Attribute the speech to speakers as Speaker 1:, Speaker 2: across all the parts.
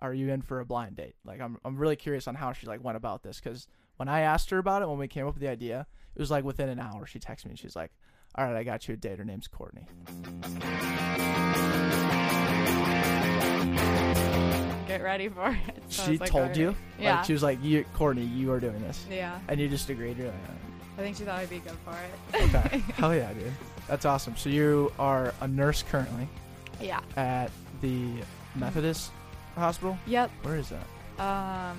Speaker 1: are you in for a blind date? Like, I'm, I'm really curious on how she like went about this because when I asked her about it, when we came up with the idea, it was like within an hour she texted me. and She's like, all right, I got you a date. Her name's Courtney.
Speaker 2: Get ready for it. So I
Speaker 1: she
Speaker 2: was like,
Speaker 1: told
Speaker 2: "Alright."
Speaker 1: you,
Speaker 2: Yeah.
Speaker 1: like, she was like, you, Courtney, you are doing this,
Speaker 2: yeah.
Speaker 1: and you just agreed. You're like,
Speaker 2: I think she thought I'd be good for it.
Speaker 1: "Alright, okay, hell yeah, dude, that's awesome. So you are a nurse currently
Speaker 2: yeah.
Speaker 1: at the Methodist Hospital.
Speaker 2: Yep.
Speaker 1: Where is that?
Speaker 2: Um,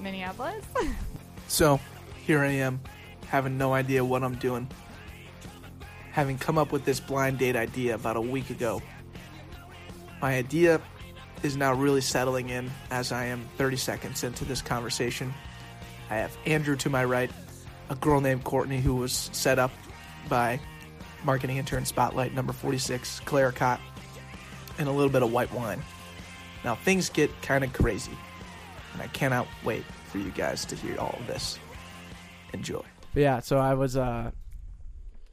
Speaker 2: Minneapolis.
Speaker 3: So, here I am, having no idea what I'm doing. Having come up with this blind date idea about a week ago. My idea is now really settling in as I am 30 seconds into this conversation. I have Andrew to my right, a girl named Courtney who was set up by marketing intern spotlight number 46, Claire Cott, and a little bit of white wine. Now, things get kind of crazy and I cannot wait for you guys to hear all of this. Enjoy.
Speaker 1: But yeah, so I was, uh,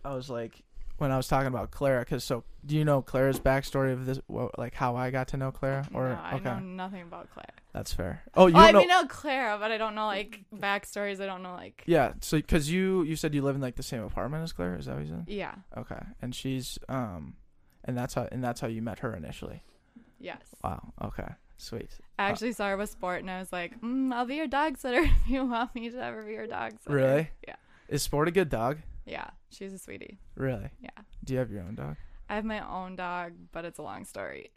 Speaker 1: I was like, when I was talking about Clara, because so do you know Clara's backstory of this, what, like how I got to know Clara? Or
Speaker 2: no, I
Speaker 1: okay,
Speaker 2: know nothing about Claire.
Speaker 1: that's fair. Oh, you
Speaker 2: well, I
Speaker 1: don't know.
Speaker 2: mean, I know Clara, but I don't know like backstories. I don't know like yeah.
Speaker 1: yeah, so because you you said you live in like the same apartment as Clara, is that what you said?
Speaker 2: yeah,
Speaker 1: Okay, and she's um, and that's how and that's how you met her initially.
Speaker 2: yes.
Speaker 1: Wow. Okay. Sweet.
Speaker 2: I actually saw her with Sport, and I was like, mm, I'll be your dog sitter if you want me to ever be your dog sitter.
Speaker 1: Really?
Speaker 2: Yeah.
Speaker 1: Is Sport a good dog?
Speaker 2: Yeah, she's a sweetie.
Speaker 1: Really?
Speaker 2: Yeah.
Speaker 1: Do you have your own dog?
Speaker 2: I have my own dog, but it's a long story.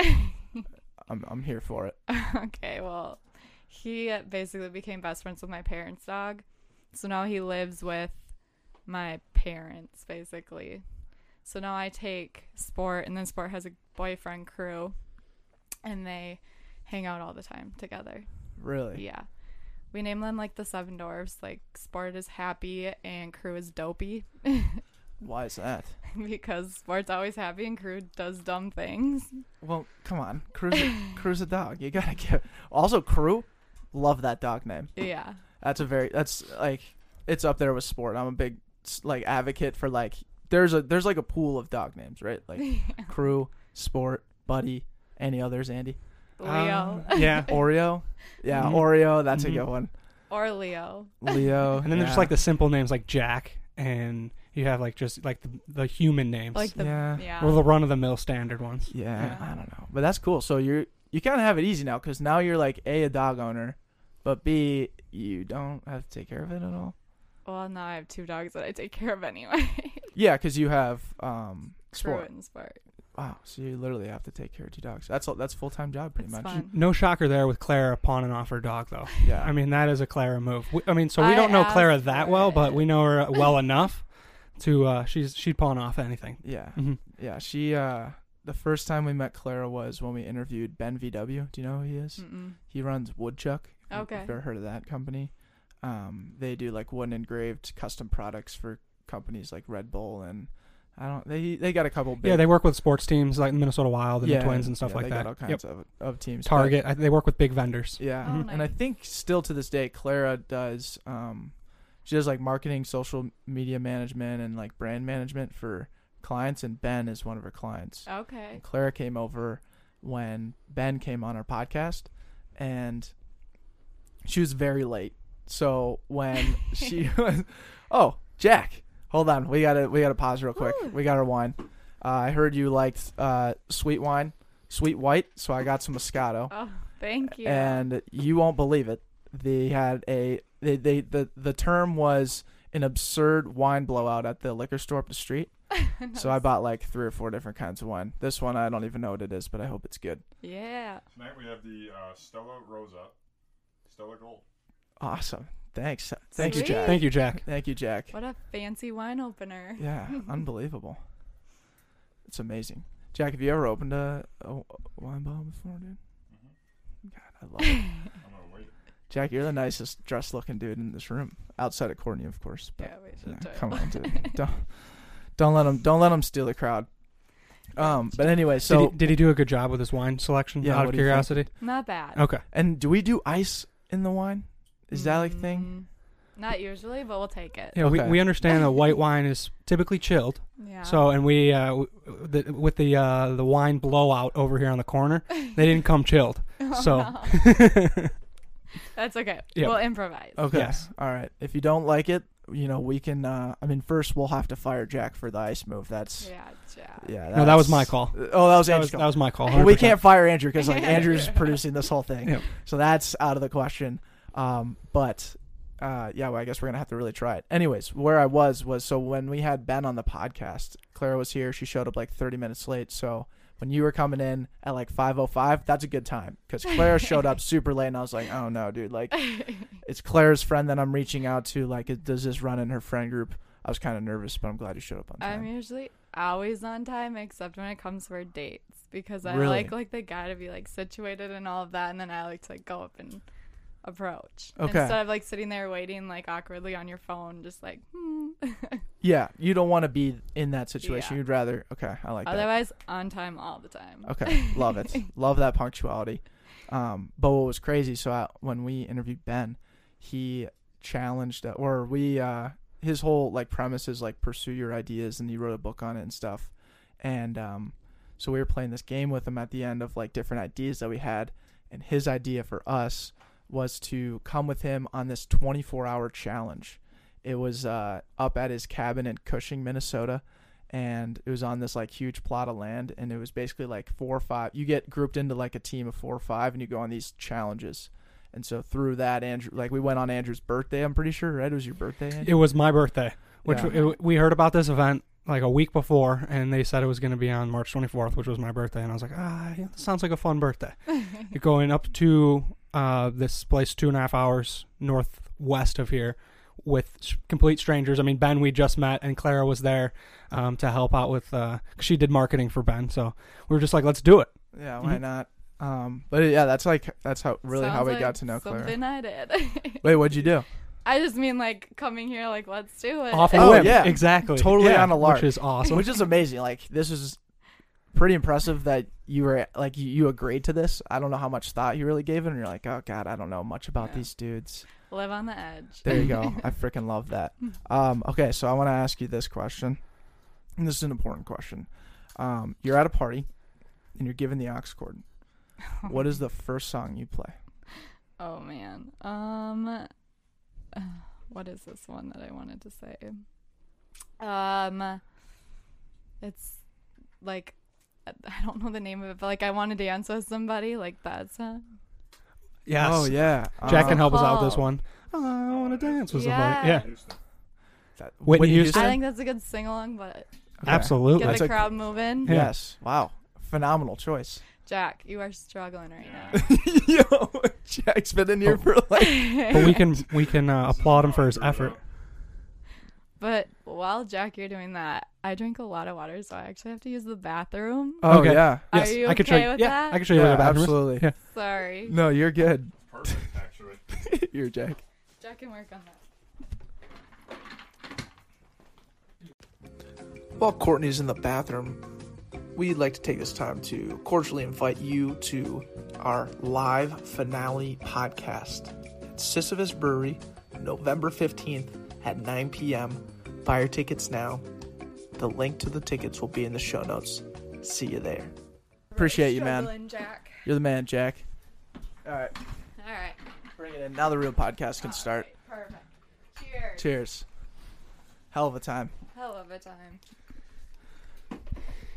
Speaker 1: I'm I'm here for it.
Speaker 2: okay, well, he basically became best friends with my parents' dog. So now he lives with my parents, basically. So now I take Sport, and then Sport has a boyfriend crew, and they hang out all the time together.
Speaker 1: Really?
Speaker 2: Yeah. We name them like the Seven Dwarfs. Like, Sport is happy, and crew is dopey.
Speaker 1: Why is that?
Speaker 2: because Sport's always happy, and crew does dumb things.
Speaker 1: Well, come on, Crew's a, Crew's a dog. You gotta give. Also, Crew, love that dog name.
Speaker 2: Yeah.
Speaker 1: That's a very. That's like it's up there with sport. I'm a big s- like advocate for like there's a there's like a pool of dog names, right? Like Crew, Sport, Buddy, any others? Andy, Um,
Speaker 2: Leo.
Speaker 4: Uh, yeah.
Speaker 1: Oreo, yeah,
Speaker 4: Mhm.
Speaker 1: Oreo. That's a
Speaker 4: Mhm.
Speaker 1: good one.
Speaker 2: or Leo.
Speaker 1: Leo,
Speaker 4: And then there's
Speaker 1: yeah.
Speaker 4: like the simple names like Jack, and you have like just like the, the human names,
Speaker 2: Like the
Speaker 1: yeah,
Speaker 2: Yeah.
Speaker 4: or the run of the mill standard ones.
Speaker 1: yeah.
Speaker 2: Yeah.
Speaker 1: I don't know, but that's cool. So you're you kind of have it easy now because now you're like a a dog owner, but b you don't have to take care of it at all.
Speaker 2: well, now I have two dogs that I take care of anyway.
Speaker 1: Yeah, because you have um
Speaker 2: Crew
Speaker 1: sport.
Speaker 2: and sport.
Speaker 1: Wow, so you literally have to take care of two dogs. That's a, that's full time job pretty
Speaker 2: It's
Speaker 1: much.
Speaker 2: fun.
Speaker 4: No shocker there with Clara pawn and off her dog though.
Speaker 1: Yeah,
Speaker 4: I mean that is a Clara move. We, I mean so we
Speaker 2: I
Speaker 4: don't know
Speaker 2: asked
Speaker 4: Clara that
Speaker 2: for
Speaker 4: well,
Speaker 2: it.
Speaker 4: but we know her well enough to uh, she's she'd pawn off anything.
Speaker 1: yeah,
Speaker 4: Mhm.
Speaker 1: yeah. She uh, the first time we met Clara was when we interviewed Ben VW. Do you know who he is?
Speaker 2: Mm-mm.
Speaker 1: He runs Woodchuck. if you-
Speaker 2: Mm. Oh, Okay.
Speaker 1: If you've ever heard of that company, um, they do like wooden engraved custom products for companies like Red Bull and I don't. They they got a couple. Big,
Speaker 4: Yeah, they work with sports teams like Minnesota Wild and
Speaker 1: yeah,
Speaker 4: the Twins and stuff
Speaker 1: yeah,
Speaker 4: like
Speaker 1: they
Speaker 4: that.
Speaker 1: Got all
Speaker 4: Yep.
Speaker 1: kinds of of teams. but-
Speaker 4: Target. I, they work with big vendors.
Speaker 1: Yeah, Mm-hmm.
Speaker 2: Oh,
Speaker 1: and I
Speaker 2: nice.
Speaker 1: think still to this day, Clara does. Um, she does like marketing, social media management, and like brand management for clients. And Ben is one of her clients.
Speaker 2: Okay.
Speaker 1: And Clara came over when Ben came on our podcast, and she was very late. So when she was, oh Jack, hold on, we gotta we gotta pause real quick. We got our wine. Uh, I heard you liked uh, sweet wine, sweet white. So I got some Moscato
Speaker 2: Oh, thank you.
Speaker 1: and you won't believe it. They had a they, they the the term was an absurd wine blowout at the liquor store up the street. so I bought like three or four different kinds of wine. This one I don't even know what it is, but I hope it's good.
Speaker 2: yeah.
Speaker 5: Tonight we have the uh, Stella Rosa, Stella Gold.
Speaker 1: Awesome. Thanks. Thank you, Jack.
Speaker 4: Thank you, Jack.
Speaker 1: Thank you, Jack.
Speaker 2: What a fancy wine opener.
Speaker 1: Yeah, unbelievable. It's amazing. Jack, have you ever opened a, a wine bottle before, dude? God, I love it.
Speaker 5: Mm-hmm. I'm gonna wait.
Speaker 1: Jack, you're the nicest dressed looking dude in this room, outside of Courtney, of course. but-
Speaker 2: Yeah, we should
Speaker 1: Yeah,
Speaker 2: try
Speaker 1: come
Speaker 2: one.
Speaker 1: on, dude. don't don't let them don't let them steal the crowd. Um, but anyway, so
Speaker 4: did, he, did he do a good job with his wine selection?
Speaker 1: Yeah,
Speaker 4: out
Speaker 1: what
Speaker 4: of
Speaker 1: do you think?
Speaker 4: curiosity.
Speaker 2: Not bad.
Speaker 4: Okay.
Speaker 1: and do we do ice in the wine? Is Oh, that like a thing?
Speaker 2: Mm, Not usually, but we'll take it.
Speaker 4: Yeah,
Speaker 1: Okay.
Speaker 4: we, we understand that white wine is typically chilled.
Speaker 2: Yeah.
Speaker 4: So, and we uh, w- the, with the uh, the wine blowout over here on the corner, they didn't come chilled. so,
Speaker 2: that's okay.
Speaker 4: Yeah.
Speaker 2: We'll improvise.
Speaker 1: Okay.
Speaker 4: Yes.
Speaker 1: All right. If you don't like it, you know we can. uh I mean, first we'll have to fire Jack for the ice move. That's
Speaker 2: Yeah, Jack.
Speaker 1: yeah.
Speaker 4: No, that was my call.
Speaker 1: Oh, that was
Speaker 4: that
Speaker 1: Andrew's
Speaker 4: was
Speaker 1: call.
Speaker 4: that was my call.
Speaker 1: Well, we
Speaker 4: 100%.
Speaker 1: can't fire Andrew because like Andrew's producing this whole thing,
Speaker 4: Yep.
Speaker 1: so that's out of the question. Um, but uh, yeah, well, I guess we're gonna have to really try it. Anyways, where I was was so when we had Ben on the podcast, Clara was here. She showed up like 30 minutes late. So when you were coming in at like 5:05, that's a good time because Clara showed up super late, and I was like, oh no, dude, like it's Clara's friend that I'm reaching out to. Like, it- does this run in her friend group? I was kind of nervous, but I'm glad you showed up on time.
Speaker 2: I'm usually always on time except when it comes for dates because I
Speaker 1: Really?
Speaker 2: like like they gotta be like situated and all of that and then I like to like go up and approach.
Speaker 1: Okay.
Speaker 2: Instead of like sitting there waiting like awkwardly on your phone, just like hmm.
Speaker 1: yeah, you don't want to be in that situation.
Speaker 2: Yeah. Oh,
Speaker 1: You'd rather. Okay, I like that.
Speaker 2: Otherwise on time all the time.
Speaker 1: Okay, love it. love that punctuality. Um, but what was crazy? So I, when we interviewed Ben, he challenged or we uh, his whole like premise is like pursue your ideas, and he wrote a book on it and stuff. And um, so we were playing this game with him at the end of like different ideas that we had, and his idea for us was to come with him on this 24 hour challenge. It was uh, up at his cabin in Cushing, Minnesota and it was on this like huge plot of land and it was basically like four or five you get grouped into like a team of four or five and you go on these challenges and so through that andrew like we went on andrew's birthday i'm pretty sure right it was your birthday andrew
Speaker 4: It was my birthday, which
Speaker 1: Yeah.
Speaker 4: w- it- we heard about this event like a week before, and they said it was going to be on March 24th, which was my birthday, and I was like, ah, yeah, this sounds like a fun birthday. You're going up to uh, this place two and a half hours northwest of here with s- complete strangers. I mean, Ben we just met, and Clara was there um, to help out with. Uh, 'cause she did marketing for Ben, so we were just like, let's do it.
Speaker 1: yeah why
Speaker 4: Mhm.
Speaker 1: not um but yeah that's like that's how really how
Speaker 2: Sounds
Speaker 1: we
Speaker 2: like
Speaker 1: got to know clara
Speaker 2: Something I did.
Speaker 1: wait what'd you do
Speaker 2: I just mean like coming here like let's do it.
Speaker 4: Off a
Speaker 1: Oh,
Speaker 4: whim,
Speaker 1: yeah.
Speaker 4: exactly,
Speaker 1: Totally
Speaker 4: Yeah,
Speaker 1: on a lark.
Speaker 4: which is awesome.
Speaker 1: which is amazing like this is pretty impressive that you were like you, you agreed to this i don't know how much thought you really gave it and you're like oh god i don't know much about
Speaker 2: Yeah.
Speaker 1: these dudes
Speaker 2: Live on the edge.
Speaker 1: There you go. I freaking love that. Um, okay, so I want to ask you this question. And this is an important question. Um, you're at a party and you're given the ox cord. What is the first song you play?
Speaker 2: Oh man. Um uh, what is this one that I wanted to say? Um it's like I I don't know the name of it, but like I want to dance with somebody, like uh, that song.
Speaker 4: yes.
Speaker 1: Oh yeah.
Speaker 4: Jack
Speaker 1: Um,
Speaker 4: can help us out with this
Speaker 2: Paul.
Speaker 4: one. I
Speaker 5: Oh,
Speaker 4: want to dance with
Speaker 2: Yeah.
Speaker 4: somebody. Yeah,
Speaker 5: Houston.
Speaker 1: that-
Speaker 4: Whitney Houston?
Speaker 2: I think that's a good sing along, but
Speaker 1: Okay.
Speaker 4: absolutely.
Speaker 2: get
Speaker 1: That's
Speaker 2: the
Speaker 1: a-
Speaker 2: crowd moving.
Speaker 4: Yeah.
Speaker 1: Yes. Wow. Phenomenal choice.
Speaker 2: Jack, you are struggling right now.
Speaker 1: Yo, Jack's been
Speaker 4: Oh.
Speaker 1: in here for like
Speaker 4: but we can we can uh, applaud him for his effort.
Speaker 2: But while Jack, you're doing that, I drink a lot of water, so I actually have to use the bathroom.
Speaker 1: Oh
Speaker 4: Okay.
Speaker 1: yeah.
Speaker 2: Are
Speaker 4: Yes,
Speaker 2: you
Speaker 4: I could
Speaker 2: okay
Speaker 4: show you.
Speaker 2: with
Speaker 4: yeah,
Speaker 2: that?
Speaker 4: I can show you
Speaker 1: Yeah,
Speaker 4: where the bathroom is.
Speaker 1: absolutely.
Speaker 4: Yeah.
Speaker 2: Sorry.
Speaker 1: No, you're good.
Speaker 5: Perfect, actually.
Speaker 1: You're Jack.
Speaker 2: Jack can work on that.
Speaker 6: While Courtney's in the bathroom, we'd like to take this time to cordially invite you to our live finale podcast at Sisyphus Brewery, November 15th at 9 p.m. Buy your tickets now. The link to the tickets will be in the show notes. See you there.
Speaker 1: Appreciate you, man.
Speaker 2: Jack.
Speaker 1: You're the man, Jack. All right,
Speaker 2: All right.
Speaker 1: bring it in. Now the real podcast can start.
Speaker 2: Perfect. Cheers.
Speaker 1: Cheers. Hell of a time.
Speaker 2: Hell of a time.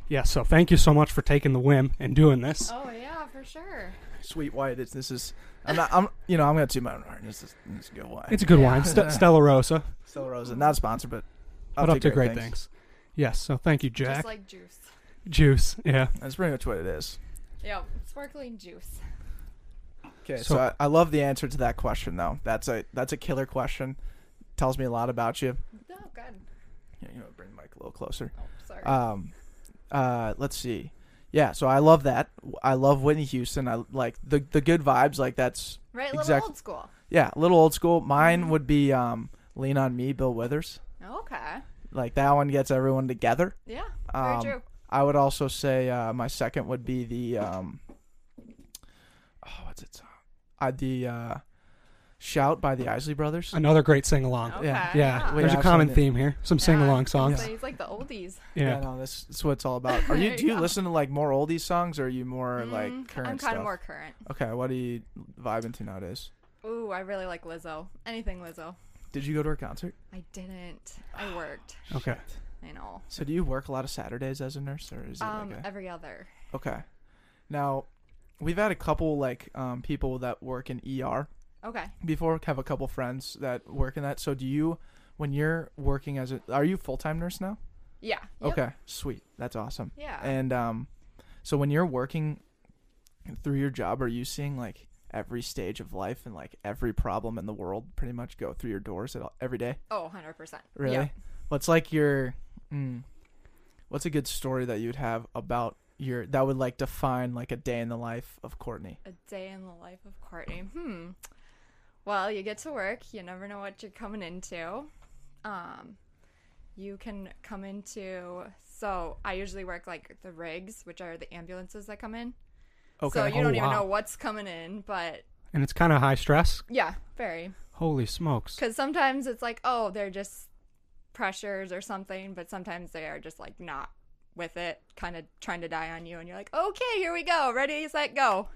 Speaker 4: Yeah. So thank you so much for taking the whim and doing this.
Speaker 2: Oh yeah, for sure.
Speaker 1: Sweet white. It's this is. I'm not. I'm. You know. I'm gonna toot my own horn. This is. This is good wine.
Speaker 4: It's a good wine, Ste- Stella Rosa.
Speaker 1: Stella Rosa. Not sponsored, but.
Speaker 4: But up to great things. Yes. So thank you, Jack.
Speaker 2: Just like juice.
Speaker 4: Juice. Yeah.
Speaker 1: That's pretty much what it is.
Speaker 2: Yep. Sparkling juice.
Speaker 1: Okay. So,
Speaker 4: So-
Speaker 1: I, I love the answer to that question though. That's a that's a killer question. Tells me a lot about you.
Speaker 2: Oh god.
Speaker 1: Here, You know, bring the mic a little closer.
Speaker 2: Oh sorry.
Speaker 1: Um, uh, let's see. Yeah. So I love that. I love Whitney Houston. I like the the good vibes. Like that's
Speaker 2: right, a little
Speaker 1: exact-
Speaker 2: old school.
Speaker 1: yeah, a little old school.
Speaker 2: Mm-hmm.
Speaker 1: Mine would be um, Lean on Me, Bill Withers.
Speaker 2: Okay.
Speaker 1: Like that one gets everyone together.
Speaker 2: Yeah. Very
Speaker 1: Um,
Speaker 2: true.
Speaker 1: I would also say uh, my second would be the um, oh, what's it? I the uh, Shout by the Isley Brothers.
Speaker 4: Another great sing along.
Speaker 2: Okay.
Speaker 1: Yeah.
Speaker 4: Yeah,
Speaker 1: We
Speaker 4: there's a
Speaker 1: have
Speaker 4: common
Speaker 1: seen it.
Speaker 4: theme here. Some sing along songs.
Speaker 2: He's like the oldies.
Speaker 1: Yeah,
Speaker 4: Yeah.
Speaker 1: no, this, this is what it's all about. Are you
Speaker 2: There
Speaker 1: do
Speaker 2: you
Speaker 1: you
Speaker 2: go.
Speaker 1: listen to like more oldies songs or are you more like current
Speaker 2: Mm-hmm. Mm, I'm
Speaker 1: stuff?
Speaker 2: of more current.
Speaker 1: Okay, what are you vibing to nowadays?
Speaker 2: Ooh, I really like Lizzo. Anything Lizzo.
Speaker 1: Did you go to her concert?
Speaker 2: I didn't. I worked.
Speaker 4: Okay.
Speaker 2: I know.
Speaker 1: So do you work a lot of Saturdays as a nurse or is it
Speaker 2: Um,
Speaker 1: like a,
Speaker 2: every other.
Speaker 1: Okay. Now, we've had a couple like um, people that work in ER
Speaker 2: Okay.
Speaker 1: before. Have a couple friends that work in that. So do you when you're working as a are you full time nurse now?
Speaker 2: Yeah. Yep.
Speaker 1: Okay, sweet. That's awesome.
Speaker 2: Yeah.
Speaker 1: And um, so when you're working through your job, are you seeing like every stage of life and like every problem in the world pretty much go through your doors at all, every day?
Speaker 2: oh, 100%.
Speaker 1: Really?
Speaker 2: Yep.
Speaker 1: What's like your, mm, what's a good story that you'd have about your that would like define like a day in the life of Courtney?
Speaker 2: A day in the life of Courtney. Hmm. Well, you get to work. You never know what you're coming into. Um, you can come into. So I usually work like the rigs, which are the ambulances that come in.
Speaker 1: Okay.
Speaker 2: So you
Speaker 4: Oh,
Speaker 2: don't even
Speaker 4: wow.
Speaker 2: know what's coming in, but
Speaker 4: And it's kind of high stress.
Speaker 2: yeah, very.
Speaker 4: Holy smokes.
Speaker 2: Because sometimes it's like, oh, they're just pressures or something, but sometimes they are just like not with it, kind of trying to die on you, and you're like, okay, here we go, ready, set, go.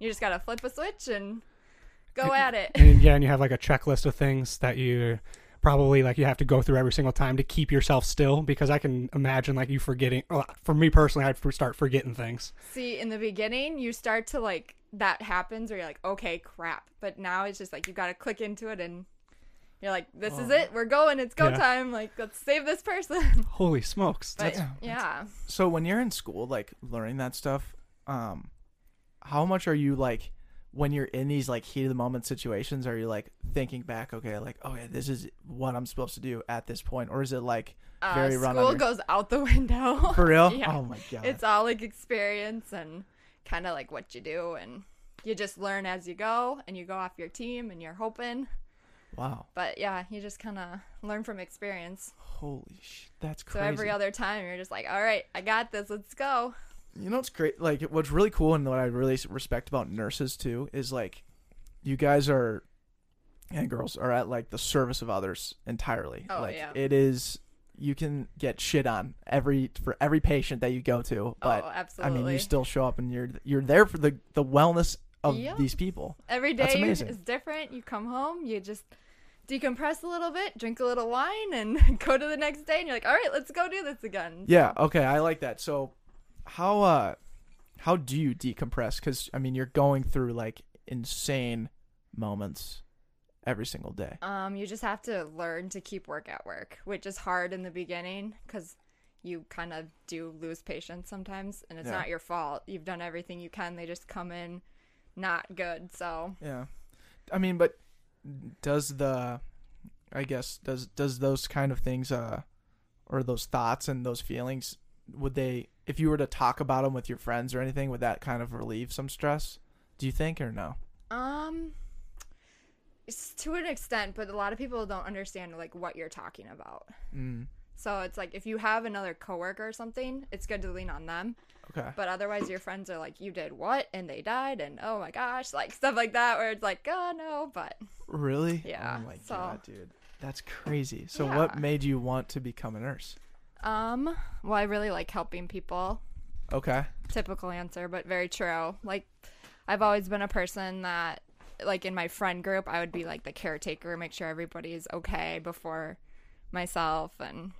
Speaker 2: You just gotta flip a switch and go at it.
Speaker 4: and, yeah, and you have like a checklist of things that you probably like you have to go through every single time to keep yourself still because I can imagine like you forgetting. well, For me personally, I'd f- start forgetting things.
Speaker 2: See, in the beginning, you start to like that happens, where you're like, okay, crap. But now it's just like you gotta click into it, and you're like, this
Speaker 1: Oh.
Speaker 2: is it, we're going, it's go
Speaker 4: Yeah.
Speaker 2: time. Like, let's save this person.
Speaker 4: Holy smokes.
Speaker 2: but
Speaker 4: That's,
Speaker 2: yeah,
Speaker 1: So when you're in school, like learning that stuff, um, how much are you like when you're in these like heat of the moment situations? Are you like thinking back? Okay, like oh yeah, this is what I'm supposed to do at this point, or is it like
Speaker 2: uh,
Speaker 1: very run on
Speaker 2: school
Speaker 1: your-
Speaker 2: goes out the window.
Speaker 1: for real?
Speaker 2: Yeah.
Speaker 1: Oh my god,
Speaker 2: it's all like experience and kind of like what you do and you just learn as you go and you go off your team and you're hoping
Speaker 1: wow,
Speaker 2: but yeah you just kind of learn from experience
Speaker 1: holy sh, that's
Speaker 2: so
Speaker 1: crazy.
Speaker 2: every other time you're just like all right i got this let's go
Speaker 1: you know what's great like what's really cool and what i really respect about nurses too is like you guys are and girls are at like the service of others entirely
Speaker 2: Oh,
Speaker 1: like
Speaker 2: yeah.
Speaker 1: it is you can get shit on every for every patient that you go to but
Speaker 2: oh
Speaker 1: i
Speaker 2: absolutely
Speaker 1: mean you still show up and you're you're there for the the wellness of
Speaker 2: Yeah.
Speaker 1: these people
Speaker 2: every
Speaker 1: that's
Speaker 2: day
Speaker 1: amazing.
Speaker 2: is different you come home you just decompress a little bit drink a little wine and go to the next day and you're like all right let's go do this again
Speaker 1: yeah okay i like that so how uh how do you decompress because i mean you're going through like insane moments every single day
Speaker 2: Um, you just have to learn to keep work at work, which is hard in the beginning because you kind of do lose patience sometimes, and it's
Speaker 1: Yeah.
Speaker 2: not your fault. You've done everything you can. They just come in not good. So
Speaker 1: Yeah, I mean, but does the, I guess does does those kind of things, uh, or those thoughts and those feelings, would they, if you were to talk about them with your friends or anything, would that kind of relieve some stress? Do you think or no?
Speaker 2: Um, it's to an extent, but a lot of people don't understand like what you're talking about.
Speaker 1: Mm,
Speaker 2: So it's like if you have another coworker or something, it's good to lean on them.
Speaker 1: okay.
Speaker 2: But otherwise, your friends are like, "You did what?" and they died, and oh my gosh, like stuff like that, where it's like, "Oh no," but
Speaker 1: Really?
Speaker 2: Yeah,
Speaker 1: Oh my
Speaker 2: so-
Speaker 1: god, dude, that's crazy. So, what
Speaker 2: Yeah.
Speaker 1: made you want to become a nurse?
Speaker 2: Um, well, I really like helping people.
Speaker 1: Okay.
Speaker 2: Typical answer, but very true. Like, I've always been a person that, like, in my friend group, I would be like the caretaker, make sure everybody is okay before myself. And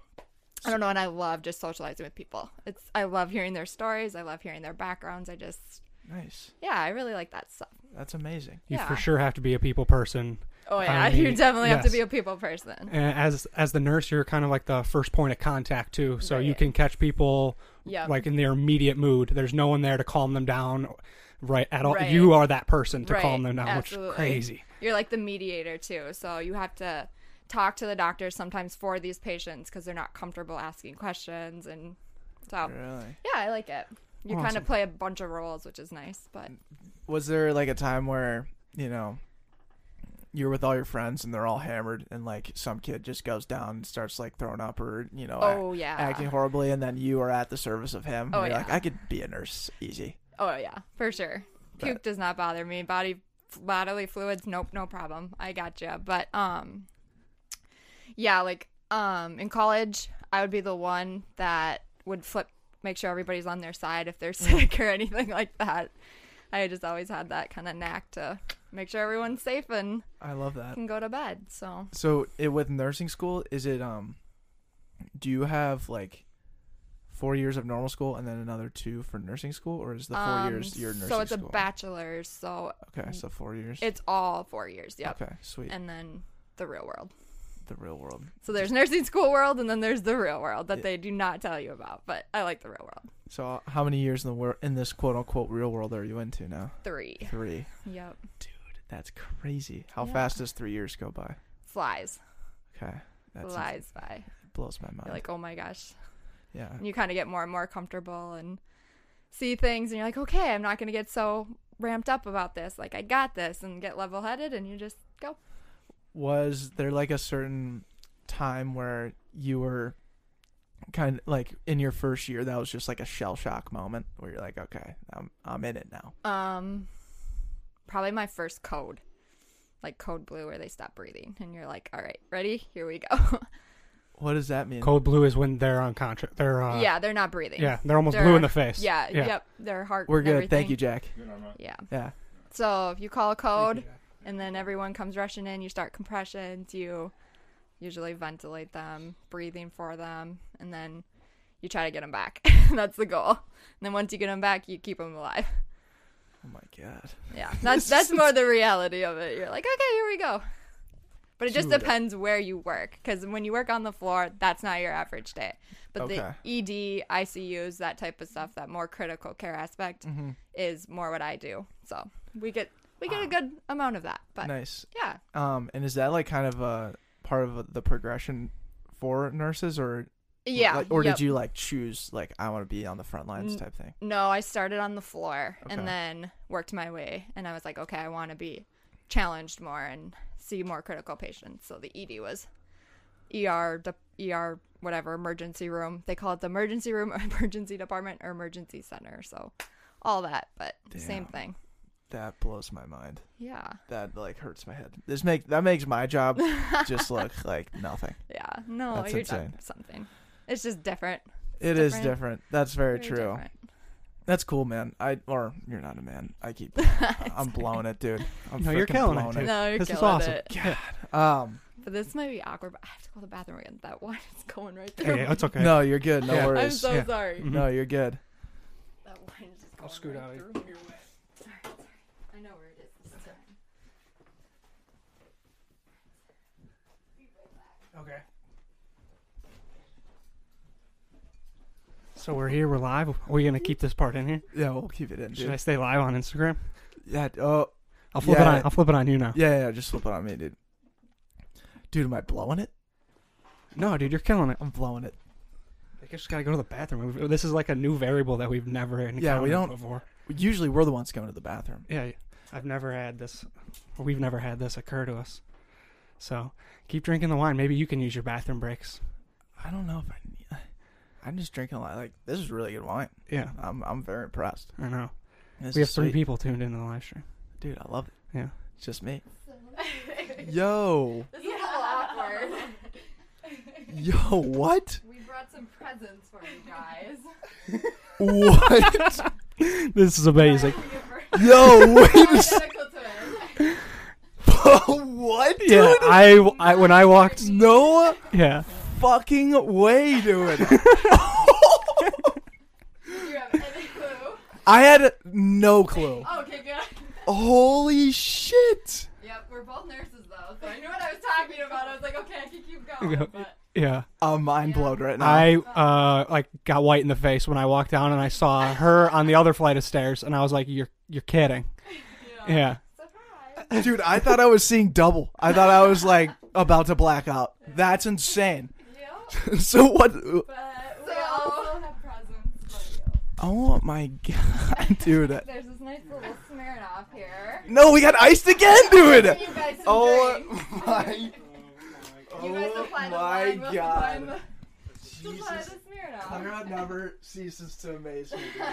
Speaker 2: I don't know. And I love just socializing with people. It's, I love hearing their stories. I love hearing their backgrounds. I just,
Speaker 1: Nice.
Speaker 2: yeah, I really like that stuff.
Speaker 1: That's amazing.
Speaker 4: you
Speaker 2: yeah.
Speaker 4: for sure have to be a people person.
Speaker 2: Oh,
Speaker 4: I
Speaker 2: yeah. you
Speaker 4: mean,
Speaker 2: definitely have to
Speaker 4: yes.
Speaker 2: be a people person.
Speaker 4: And as as the nurse, you're kind of like the first point of contact too, so you
Speaker 2: Right.
Speaker 4: can catch people
Speaker 2: Yeah.
Speaker 4: like in their immediate mood. There's no one there to calm them down, right at all.
Speaker 2: Right.
Speaker 4: You are that person to
Speaker 2: Right,
Speaker 4: calm them down, which
Speaker 2: absolutely.
Speaker 4: is crazy.
Speaker 2: you're like the mediator too so you have to talk to the doctors sometimes for these patients because they're not comfortable asking questions and so
Speaker 1: Really.
Speaker 2: yeah i like it you kind
Speaker 4: Awesome.
Speaker 2: of play a bunch of roles which is nice but
Speaker 1: was there like a time where you know you're with all your friends and they're all hammered and like some kid just goes down and starts like throwing up or you know act-
Speaker 2: oh yeah
Speaker 1: acting horribly and then you are at the service of him
Speaker 2: Oh,
Speaker 1: you're
Speaker 2: yeah.
Speaker 1: like i could be a nurse easy
Speaker 2: oh yeah for sure puke does not bother me body bodily fluids nope no problem i gotcha but um yeah like um in college i would be the one that would flip make sure everybody's on their side if they're sick or anything like that i just always had that kind of knack to make sure everyone's safe and
Speaker 1: I love that.
Speaker 2: can go to bed so
Speaker 1: So it with nursing school, is it um do you have like four years of normal school and then another two for nursing school or is the four
Speaker 2: um,
Speaker 1: years your nursing
Speaker 2: so it's
Speaker 1: school?
Speaker 2: a bachelor's so
Speaker 1: okay, so four years.
Speaker 2: it's all four years yep
Speaker 1: Okay, sweet.
Speaker 2: and then the real world
Speaker 1: the real world.
Speaker 2: So there's nursing school world, and then there's the real world that
Speaker 1: Yeah.
Speaker 2: they do not tell you about. But I like the real world.
Speaker 1: So how many years in the world in this quote unquote real world are you into now?
Speaker 2: Three.
Speaker 1: Three.
Speaker 2: Yep.
Speaker 1: That's crazy. How
Speaker 2: Yeah.
Speaker 1: fast does three years go by?
Speaker 2: Flies.
Speaker 1: Okay, that's
Speaker 2: Flies by.
Speaker 1: blows my mind.
Speaker 2: You're like, oh my gosh.
Speaker 1: yeah,
Speaker 2: And you kind of get more and more comfortable and see things, and you're like, okay, I'm not gonna get so ramped up about this. Like I got this, and get level headed, and you just go.
Speaker 1: was there like a certain time where you were kind of like in your first year that was just like a shell shock moment where you're like okay i'm i'm in it now
Speaker 2: Um, probably my first code, like code blue, where they stop breathing, and you're like, all right, ready, here we go.
Speaker 1: what does that mean
Speaker 4: Cold blue is when they're unconscious. They're uh,
Speaker 2: yeah, they're not breathing.
Speaker 4: yeah, they're almost
Speaker 2: They're-
Speaker 4: blue in the face.
Speaker 2: Yeah,
Speaker 4: yeah.
Speaker 2: Yep. Their heart.
Speaker 1: we're
Speaker 2: and
Speaker 1: good thank
Speaker 2: everything.
Speaker 1: you jack
Speaker 5: Good, I'm not.
Speaker 2: Yeah.
Speaker 1: yeah
Speaker 2: So if you call a code and then everyone comes rushing in, you start compressions, you usually ventilate them, breathing for them, and then you try to get them back. that's the goal. And then once you get them back, you keep them alive.
Speaker 1: oh my god
Speaker 2: Yeah. That's that's more the reality of it. You're like, okay, here we go. But it just
Speaker 1: Dude.
Speaker 2: depends where you work, because when you work on the floor, that's not your average day. But the E ED, ICUs, that type of stuff, that more critical care aspect,
Speaker 1: mm-hmm.
Speaker 2: is more what I do. So we get we get a good amount of that. But
Speaker 1: nice
Speaker 2: yeah,
Speaker 1: um and is that like kind of a part of the progression for nurses or
Speaker 2: yeah.
Speaker 1: like, or
Speaker 2: yep. Mm.
Speaker 1: did you like choose like i want to be on the front lines
Speaker 2: N-
Speaker 1: type thing
Speaker 2: No, I started on the floor
Speaker 1: Okay.
Speaker 2: and then worked my way, and I was like, okay, I want to be challenged more and see more critical patients. So the ED was ER, de- ER, whatever emergency room. They call it the emergency room, emergency department, or emergency center. So all that, but same
Speaker 1: Damn.
Speaker 2: thing.
Speaker 1: that blows my mind
Speaker 2: Yeah,
Speaker 1: that like hurts my head this make that makes my job just look like nothing
Speaker 2: yeah. No,
Speaker 1: That's
Speaker 2: you're
Speaker 1: insane.
Speaker 2: doing something. It's just different.
Speaker 1: It is
Speaker 2: different.
Speaker 1: different. That's very,
Speaker 2: Very
Speaker 1: true.
Speaker 2: different.
Speaker 1: That's cool, man. I or you're not a man. I keep I'm blowing it, dude. I'm
Speaker 4: No, you're
Speaker 1: freaking
Speaker 4: killing it,
Speaker 1: blowing
Speaker 4: dude.
Speaker 2: No, you're
Speaker 4: This is
Speaker 2: killing
Speaker 4: awesome.
Speaker 2: it.
Speaker 1: Um,
Speaker 2: But this might be awkward. But I have to go to the bathroom again. That one is going right through.
Speaker 4: Hey, that's okay.
Speaker 1: no, you're good. No
Speaker 4: Yeah. I'm
Speaker 2: I'm
Speaker 1: worries.
Speaker 2: so
Speaker 4: yeah.
Speaker 2: sorry.
Speaker 4: Mhm.
Speaker 1: No, you're good.
Speaker 2: That one is just going
Speaker 4: I'll scoot
Speaker 2: right
Speaker 4: out.
Speaker 2: through. Sorry, sorry. I know where it is. This time.
Speaker 4: Okay. So we're here. We're live. Are we gonna keep this part in here?
Speaker 1: Yeah, we'll keep it in,
Speaker 4: Should I
Speaker 1: dude.
Speaker 4: stay live on Instagram?
Speaker 1: Yeah. Oh,
Speaker 4: I'll flip
Speaker 1: Yeah.
Speaker 4: it on. I'll flip it on you now.
Speaker 1: yeah, yeah. Just flip it on me, dude. Dude, am I blowing it?
Speaker 4: No, dude, you're killing it.
Speaker 1: I'm blowing it.
Speaker 4: I just gotta go to the bathroom. We've- This is like a new variable that we've never encountered
Speaker 1: Yeah, we don't-
Speaker 4: before.
Speaker 1: Usually, we're the ones going to the bathroom.
Speaker 4: Yeah, I've never had this. We've never had this occur to us. So keep drinking the wine. Maybe you can use your bathroom breaks.
Speaker 1: I don't know if I. Need, I'm just drinking a lot. Like this is really good wine.
Speaker 4: Yeah,
Speaker 1: I'm I'm very impressed.
Speaker 4: I know.
Speaker 1: This
Speaker 4: we have
Speaker 1: is
Speaker 4: three
Speaker 1: sweet.
Speaker 4: people tuned into the live stream.
Speaker 1: Dude, I love it.
Speaker 4: Yeah.
Speaker 1: It's just me. Yo,
Speaker 2: This is a little awkward.
Speaker 1: yo, what?
Speaker 2: We brought some presents for you guys.
Speaker 1: What?
Speaker 4: This is amazing.
Speaker 1: Yo, wait a s-
Speaker 2: Identical twins.
Speaker 1: what, dude?
Speaker 4: yeah, I, I when I walked.
Speaker 1: No
Speaker 4: Yeah,
Speaker 1: fucking way, dude.
Speaker 2: You have any clue? Oh,
Speaker 1: I had no clue.
Speaker 2: Okay, good.
Speaker 1: Holy shit.
Speaker 2: Yep, we're both nurses though, so I knew what I was talking about. I was like, okay, I can keep going. But
Speaker 4: yeah.
Speaker 1: I'm mind blown right now.
Speaker 4: I uh like got white in the face when I walked down and I saw her on the other flight of stairs and I was like, "You're you're kidding."
Speaker 2: yeah.
Speaker 4: Yeah.
Speaker 2: Surprise.
Speaker 1: dude, I thought I was seeing double. I thought I was like about to black out. That's insane.
Speaker 2: Yep.
Speaker 1: so what?
Speaker 2: But we also have presents for you.
Speaker 1: Oh my god, dude.
Speaker 2: There's this nice little Smirnoff here.
Speaker 1: No, we got iced again, dude.
Speaker 2: You guys some
Speaker 1: Oh
Speaker 2: drinks.
Speaker 1: my.
Speaker 2: You guys
Speaker 1: Oh
Speaker 2: supply the
Speaker 1: my
Speaker 2: wine, we'll supply
Speaker 1: God.
Speaker 2: the- supply the Smirnoff.
Speaker 1: Clara never ceases to amaze me. Dude.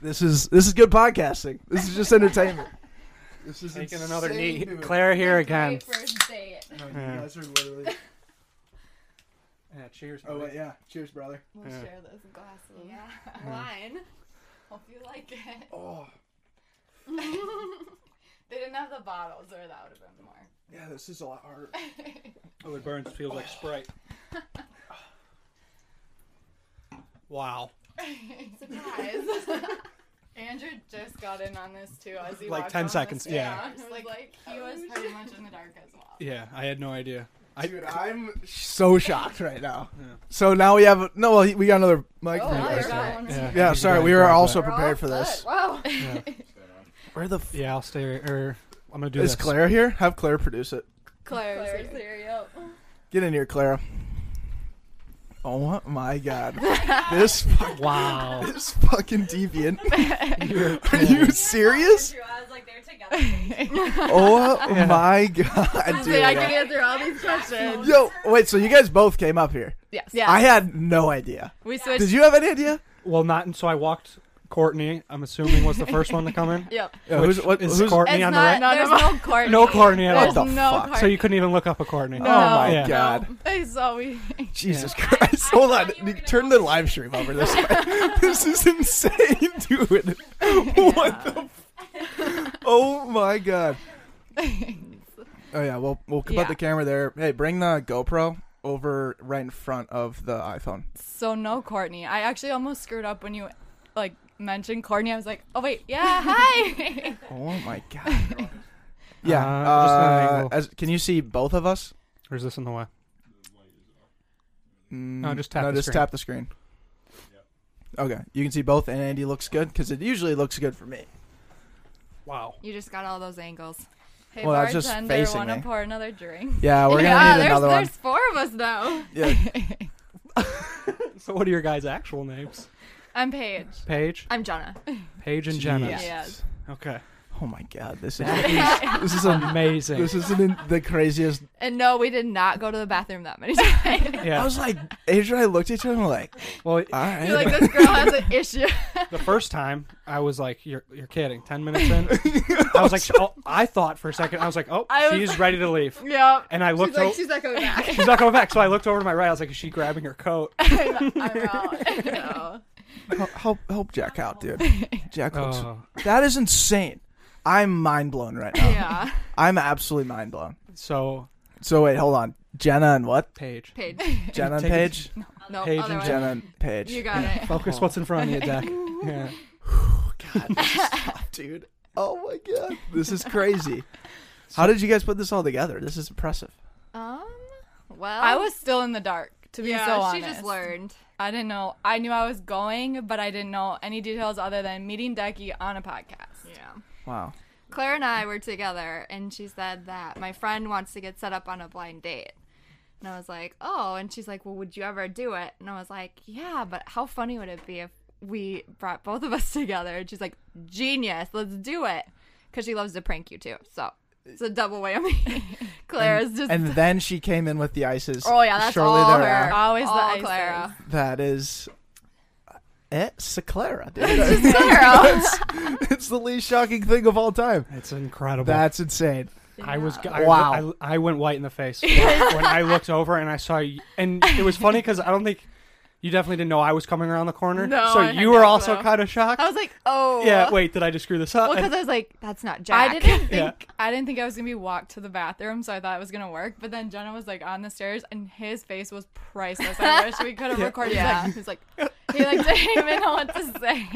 Speaker 1: This is this is good podcasting. This is just entertainment. This is
Speaker 4: Taking another
Speaker 1: insane
Speaker 4: knee.
Speaker 1: to me.
Speaker 4: Claire here again.
Speaker 6: First date.
Speaker 1: No, you
Speaker 4: Yeah.
Speaker 1: guys are literally.
Speaker 4: Yeah, cheers.
Speaker 1: Oh wait, yeah. Cheers, brother.
Speaker 6: We'll
Speaker 4: Yeah.
Speaker 6: share this glass of
Speaker 2: Yeah.
Speaker 6: wine. Hope you like it.
Speaker 1: Oh,
Speaker 6: they didn't have the bottles, or that would have been more.
Speaker 1: yeah. This is a lot harder.
Speaker 4: Oh, it burns. Feels like Sprite. wow.
Speaker 6: Surprise! Andrew just got in on this too as he
Speaker 4: Like
Speaker 6: walked
Speaker 4: 10
Speaker 6: on the
Speaker 4: seconds, yeah.
Speaker 6: stairs. Like, he was pretty much in the dark as well.
Speaker 4: Yeah, I had no idea. I,
Speaker 1: Dude, I'm so shocked right now.
Speaker 4: Yeah.
Speaker 1: So now we have a, no. Well, we got another mic.
Speaker 6: Oh,
Speaker 1: for you
Speaker 6: wow,
Speaker 1: guys.
Speaker 6: you're right.
Speaker 4: Yeah,
Speaker 6: Yeah,
Speaker 1: Yeah,
Speaker 4: you
Speaker 1: sorry.
Speaker 4: guys
Speaker 1: We were
Speaker 4: grabbed
Speaker 1: also
Speaker 4: that.
Speaker 6: We're all
Speaker 1: prepared for
Speaker 6: set.
Speaker 1: this.
Speaker 6: Wow.
Speaker 5: Stand on.
Speaker 1: Where the f-
Speaker 4: Yeah, I'll stay. Or I'm gonna do
Speaker 1: is
Speaker 4: this.
Speaker 1: Clara here? Have Clara produce it.
Speaker 6: Claire's,
Speaker 2: Claire's
Speaker 6: here.
Speaker 2: here, yep.
Speaker 1: Get in here, Clara. Oh my god. this fuck-
Speaker 4: Wow.
Speaker 1: this fucking deviant.
Speaker 4: You're
Speaker 1: Are you
Speaker 4: kidding.
Speaker 1: serious?
Speaker 2: I was like, they're together.
Speaker 1: Oh my god,
Speaker 6: See, I can
Speaker 1: dude.
Speaker 6: answer all these questions.
Speaker 1: Yo, wait. So you guys both came up here.
Speaker 6: Yes. Yeah.
Speaker 1: I had no idea.
Speaker 6: we switched.
Speaker 1: Did you have any idea?
Speaker 4: Well, not. And so I walked. Courtney, I'm assuming was the first one to come in.
Speaker 6: Yep.
Speaker 1: Yeah,
Speaker 4: Which
Speaker 1: who's- what-
Speaker 4: is
Speaker 1: who's-
Speaker 4: Courtney
Speaker 6: It's
Speaker 4: on
Speaker 6: not,
Speaker 4: the right?
Speaker 6: there's no Courtney.
Speaker 4: No Courtney at
Speaker 6: There's
Speaker 4: all.
Speaker 1: What the
Speaker 6: no
Speaker 1: fuck?
Speaker 6: Courtney.
Speaker 4: So you couldn't even look up a Courtney.
Speaker 1: Oh my
Speaker 6: No.
Speaker 1: god.
Speaker 6: So we.
Speaker 1: Jesus
Speaker 2: Yeah.
Speaker 1: Christ.
Speaker 2: I- I
Speaker 1: Hold
Speaker 2: thought
Speaker 1: on.
Speaker 2: you were
Speaker 1: Nick,
Speaker 2: gonna
Speaker 1: Turn the
Speaker 2: help
Speaker 1: live stream over this way. this is insane, dude. What the f- Oh my god. Oh yeah, well we'll put
Speaker 6: Yeah.
Speaker 1: the camera there. Hey, bring the GoPro over right in front of the iPhone.
Speaker 6: so no Courtney. I actually almost screwed up when you like mentioned Courtney. I was like, oh wait, yeah, hi.
Speaker 1: Oh my god. Yeah.
Speaker 4: Uh, just an
Speaker 1: uh,
Speaker 4: angle.
Speaker 1: as, can you see both of us?
Speaker 4: Or is this in the way?
Speaker 1: Mm,
Speaker 4: No, just tap
Speaker 1: no,
Speaker 4: the
Speaker 1: just
Speaker 4: screen.
Speaker 1: tap the screen. Okay, you can see both, and Andy looks good because it usually looks good for me.
Speaker 4: Wow.
Speaker 6: you just got all those angles. Hey,
Speaker 1: Well, that's just
Speaker 6: bartender,
Speaker 1: facing
Speaker 6: wanna
Speaker 1: me.
Speaker 6: pour another drink?
Speaker 1: Yeah, we're gonna
Speaker 6: yeah,
Speaker 1: need
Speaker 6: there's,
Speaker 1: another
Speaker 6: there's four of us though.
Speaker 1: one. Yeah,
Speaker 4: So what are your guys' actual names?
Speaker 6: I'm Paige.
Speaker 4: Paige,
Speaker 2: I'm Jonna.
Speaker 4: Paige, and Jenna.
Speaker 1: Jeez.
Speaker 6: Yes.
Speaker 4: Okay.
Speaker 1: Oh my god, this is
Speaker 4: That
Speaker 1: this is
Speaker 4: is
Speaker 1: a
Speaker 4: amazing.
Speaker 1: this is an, the craziest.
Speaker 6: And no, we did not go to the bathroom that many times.
Speaker 1: I
Speaker 4: yeah.
Speaker 1: was like, Asia and I looked at each other and we're like,
Speaker 4: Well,
Speaker 1: all right.
Speaker 6: You're like, this girl has an issue.
Speaker 4: the first time I was like, "You're you're kidding." Ten minutes in, I was like, oh, I thought for a second, I was like, "Oh,
Speaker 6: I was
Speaker 4: she's ready to leave,"
Speaker 6: yep.
Speaker 4: and I
Speaker 2: She's
Speaker 4: looked.
Speaker 2: like,
Speaker 4: o-
Speaker 2: she's not coming back.
Speaker 4: she's not coming back. So I looked over to my right. I was like, "Is she grabbing her coat?"
Speaker 6: I'm out. I know.
Speaker 1: Hel- help help Jack out, dude. Jack looks.
Speaker 4: Oh.
Speaker 1: That is insane. I'm mind blown right now.
Speaker 6: Yeah.
Speaker 1: I'm absolutely mind blown.
Speaker 4: So
Speaker 1: So wait, hold on. Jenna and what?
Speaker 4: Paige,
Speaker 6: Paige.
Speaker 1: Jenna and
Speaker 4: Take it-
Speaker 1: Paige.
Speaker 6: No,
Speaker 4: Paige and
Speaker 6: other way.
Speaker 1: Jenna and Paige.
Speaker 6: You got it.
Speaker 4: focus what's in front of you, Deck. Yeah.
Speaker 1: Oh, God, this is tough, dude. Oh my god, this is crazy. How did you guys put this all together? This is impressive.
Speaker 2: Um, well.
Speaker 6: I was still in the dark, to be
Speaker 2: Yeah,
Speaker 6: so
Speaker 2: she
Speaker 6: honest.
Speaker 2: just learned.
Speaker 6: I didn't know. I knew I was going, but I didn't know any details other than meeting Decky on a podcast.
Speaker 2: Yeah.
Speaker 1: Wow.
Speaker 2: Claire and I were together, and she said that my friend wants to get set up on a blind date. And I was like, oh. And she's like, well, would you ever do it? And I was like, yeah, but how funny would it be if we brought both of us together? And she's like, genius, let's do it. Because she loves to prank you too. So it's a double whammy. Claire is just.
Speaker 1: And then she came in with the ices.
Speaker 2: oh, yeah, that's
Speaker 1: shortly
Speaker 2: all
Speaker 1: thereafter.
Speaker 2: her. uh,
Speaker 6: Always the
Speaker 2: all
Speaker 6: ices.
Speaker 2: Clara.
Speaker 1: That is it, Seclara, dude.
Speaker 2: Clara.
Speaker 1: That's- it's the least shocking thing of all time.
Speaker 4: It's incredible.
Speaker 1: That's insane.
Speaker 4: I was I,
Speaker 1: Wow.
Speaker 4: I, I went white in the face when I looked over and I saw you. And it was funny because I don't think you definitely didn't know I was coming around the corner.
Speaker 6: No,
Speaker 4: so
Speaker 6: I had
Speaker 4: you were
Speaker 6: no
Speaker 4: also
Speaker 6: clue.
Speaker 4: kind of shocked.
Speaker 2: I was like, oh.
Speaker 4: yeah. Wait, did I just screw this up?
Speaker 2: Well, because
Speaker 4: And-
Speaker 2: I was like, that's not Jack.
Speaker 6: I didn't
Speaker 4: Yeah.
Speaker 6: think I didn't think I was gonna be walked to the bathroom, so I thought it was gonna work. But then Jenna was like on the stairs, and his face was priceless. I wish we could have recorded
Speaker 2: Yeah.
Speaker 6: that. He's like, he like didn't even know what to say.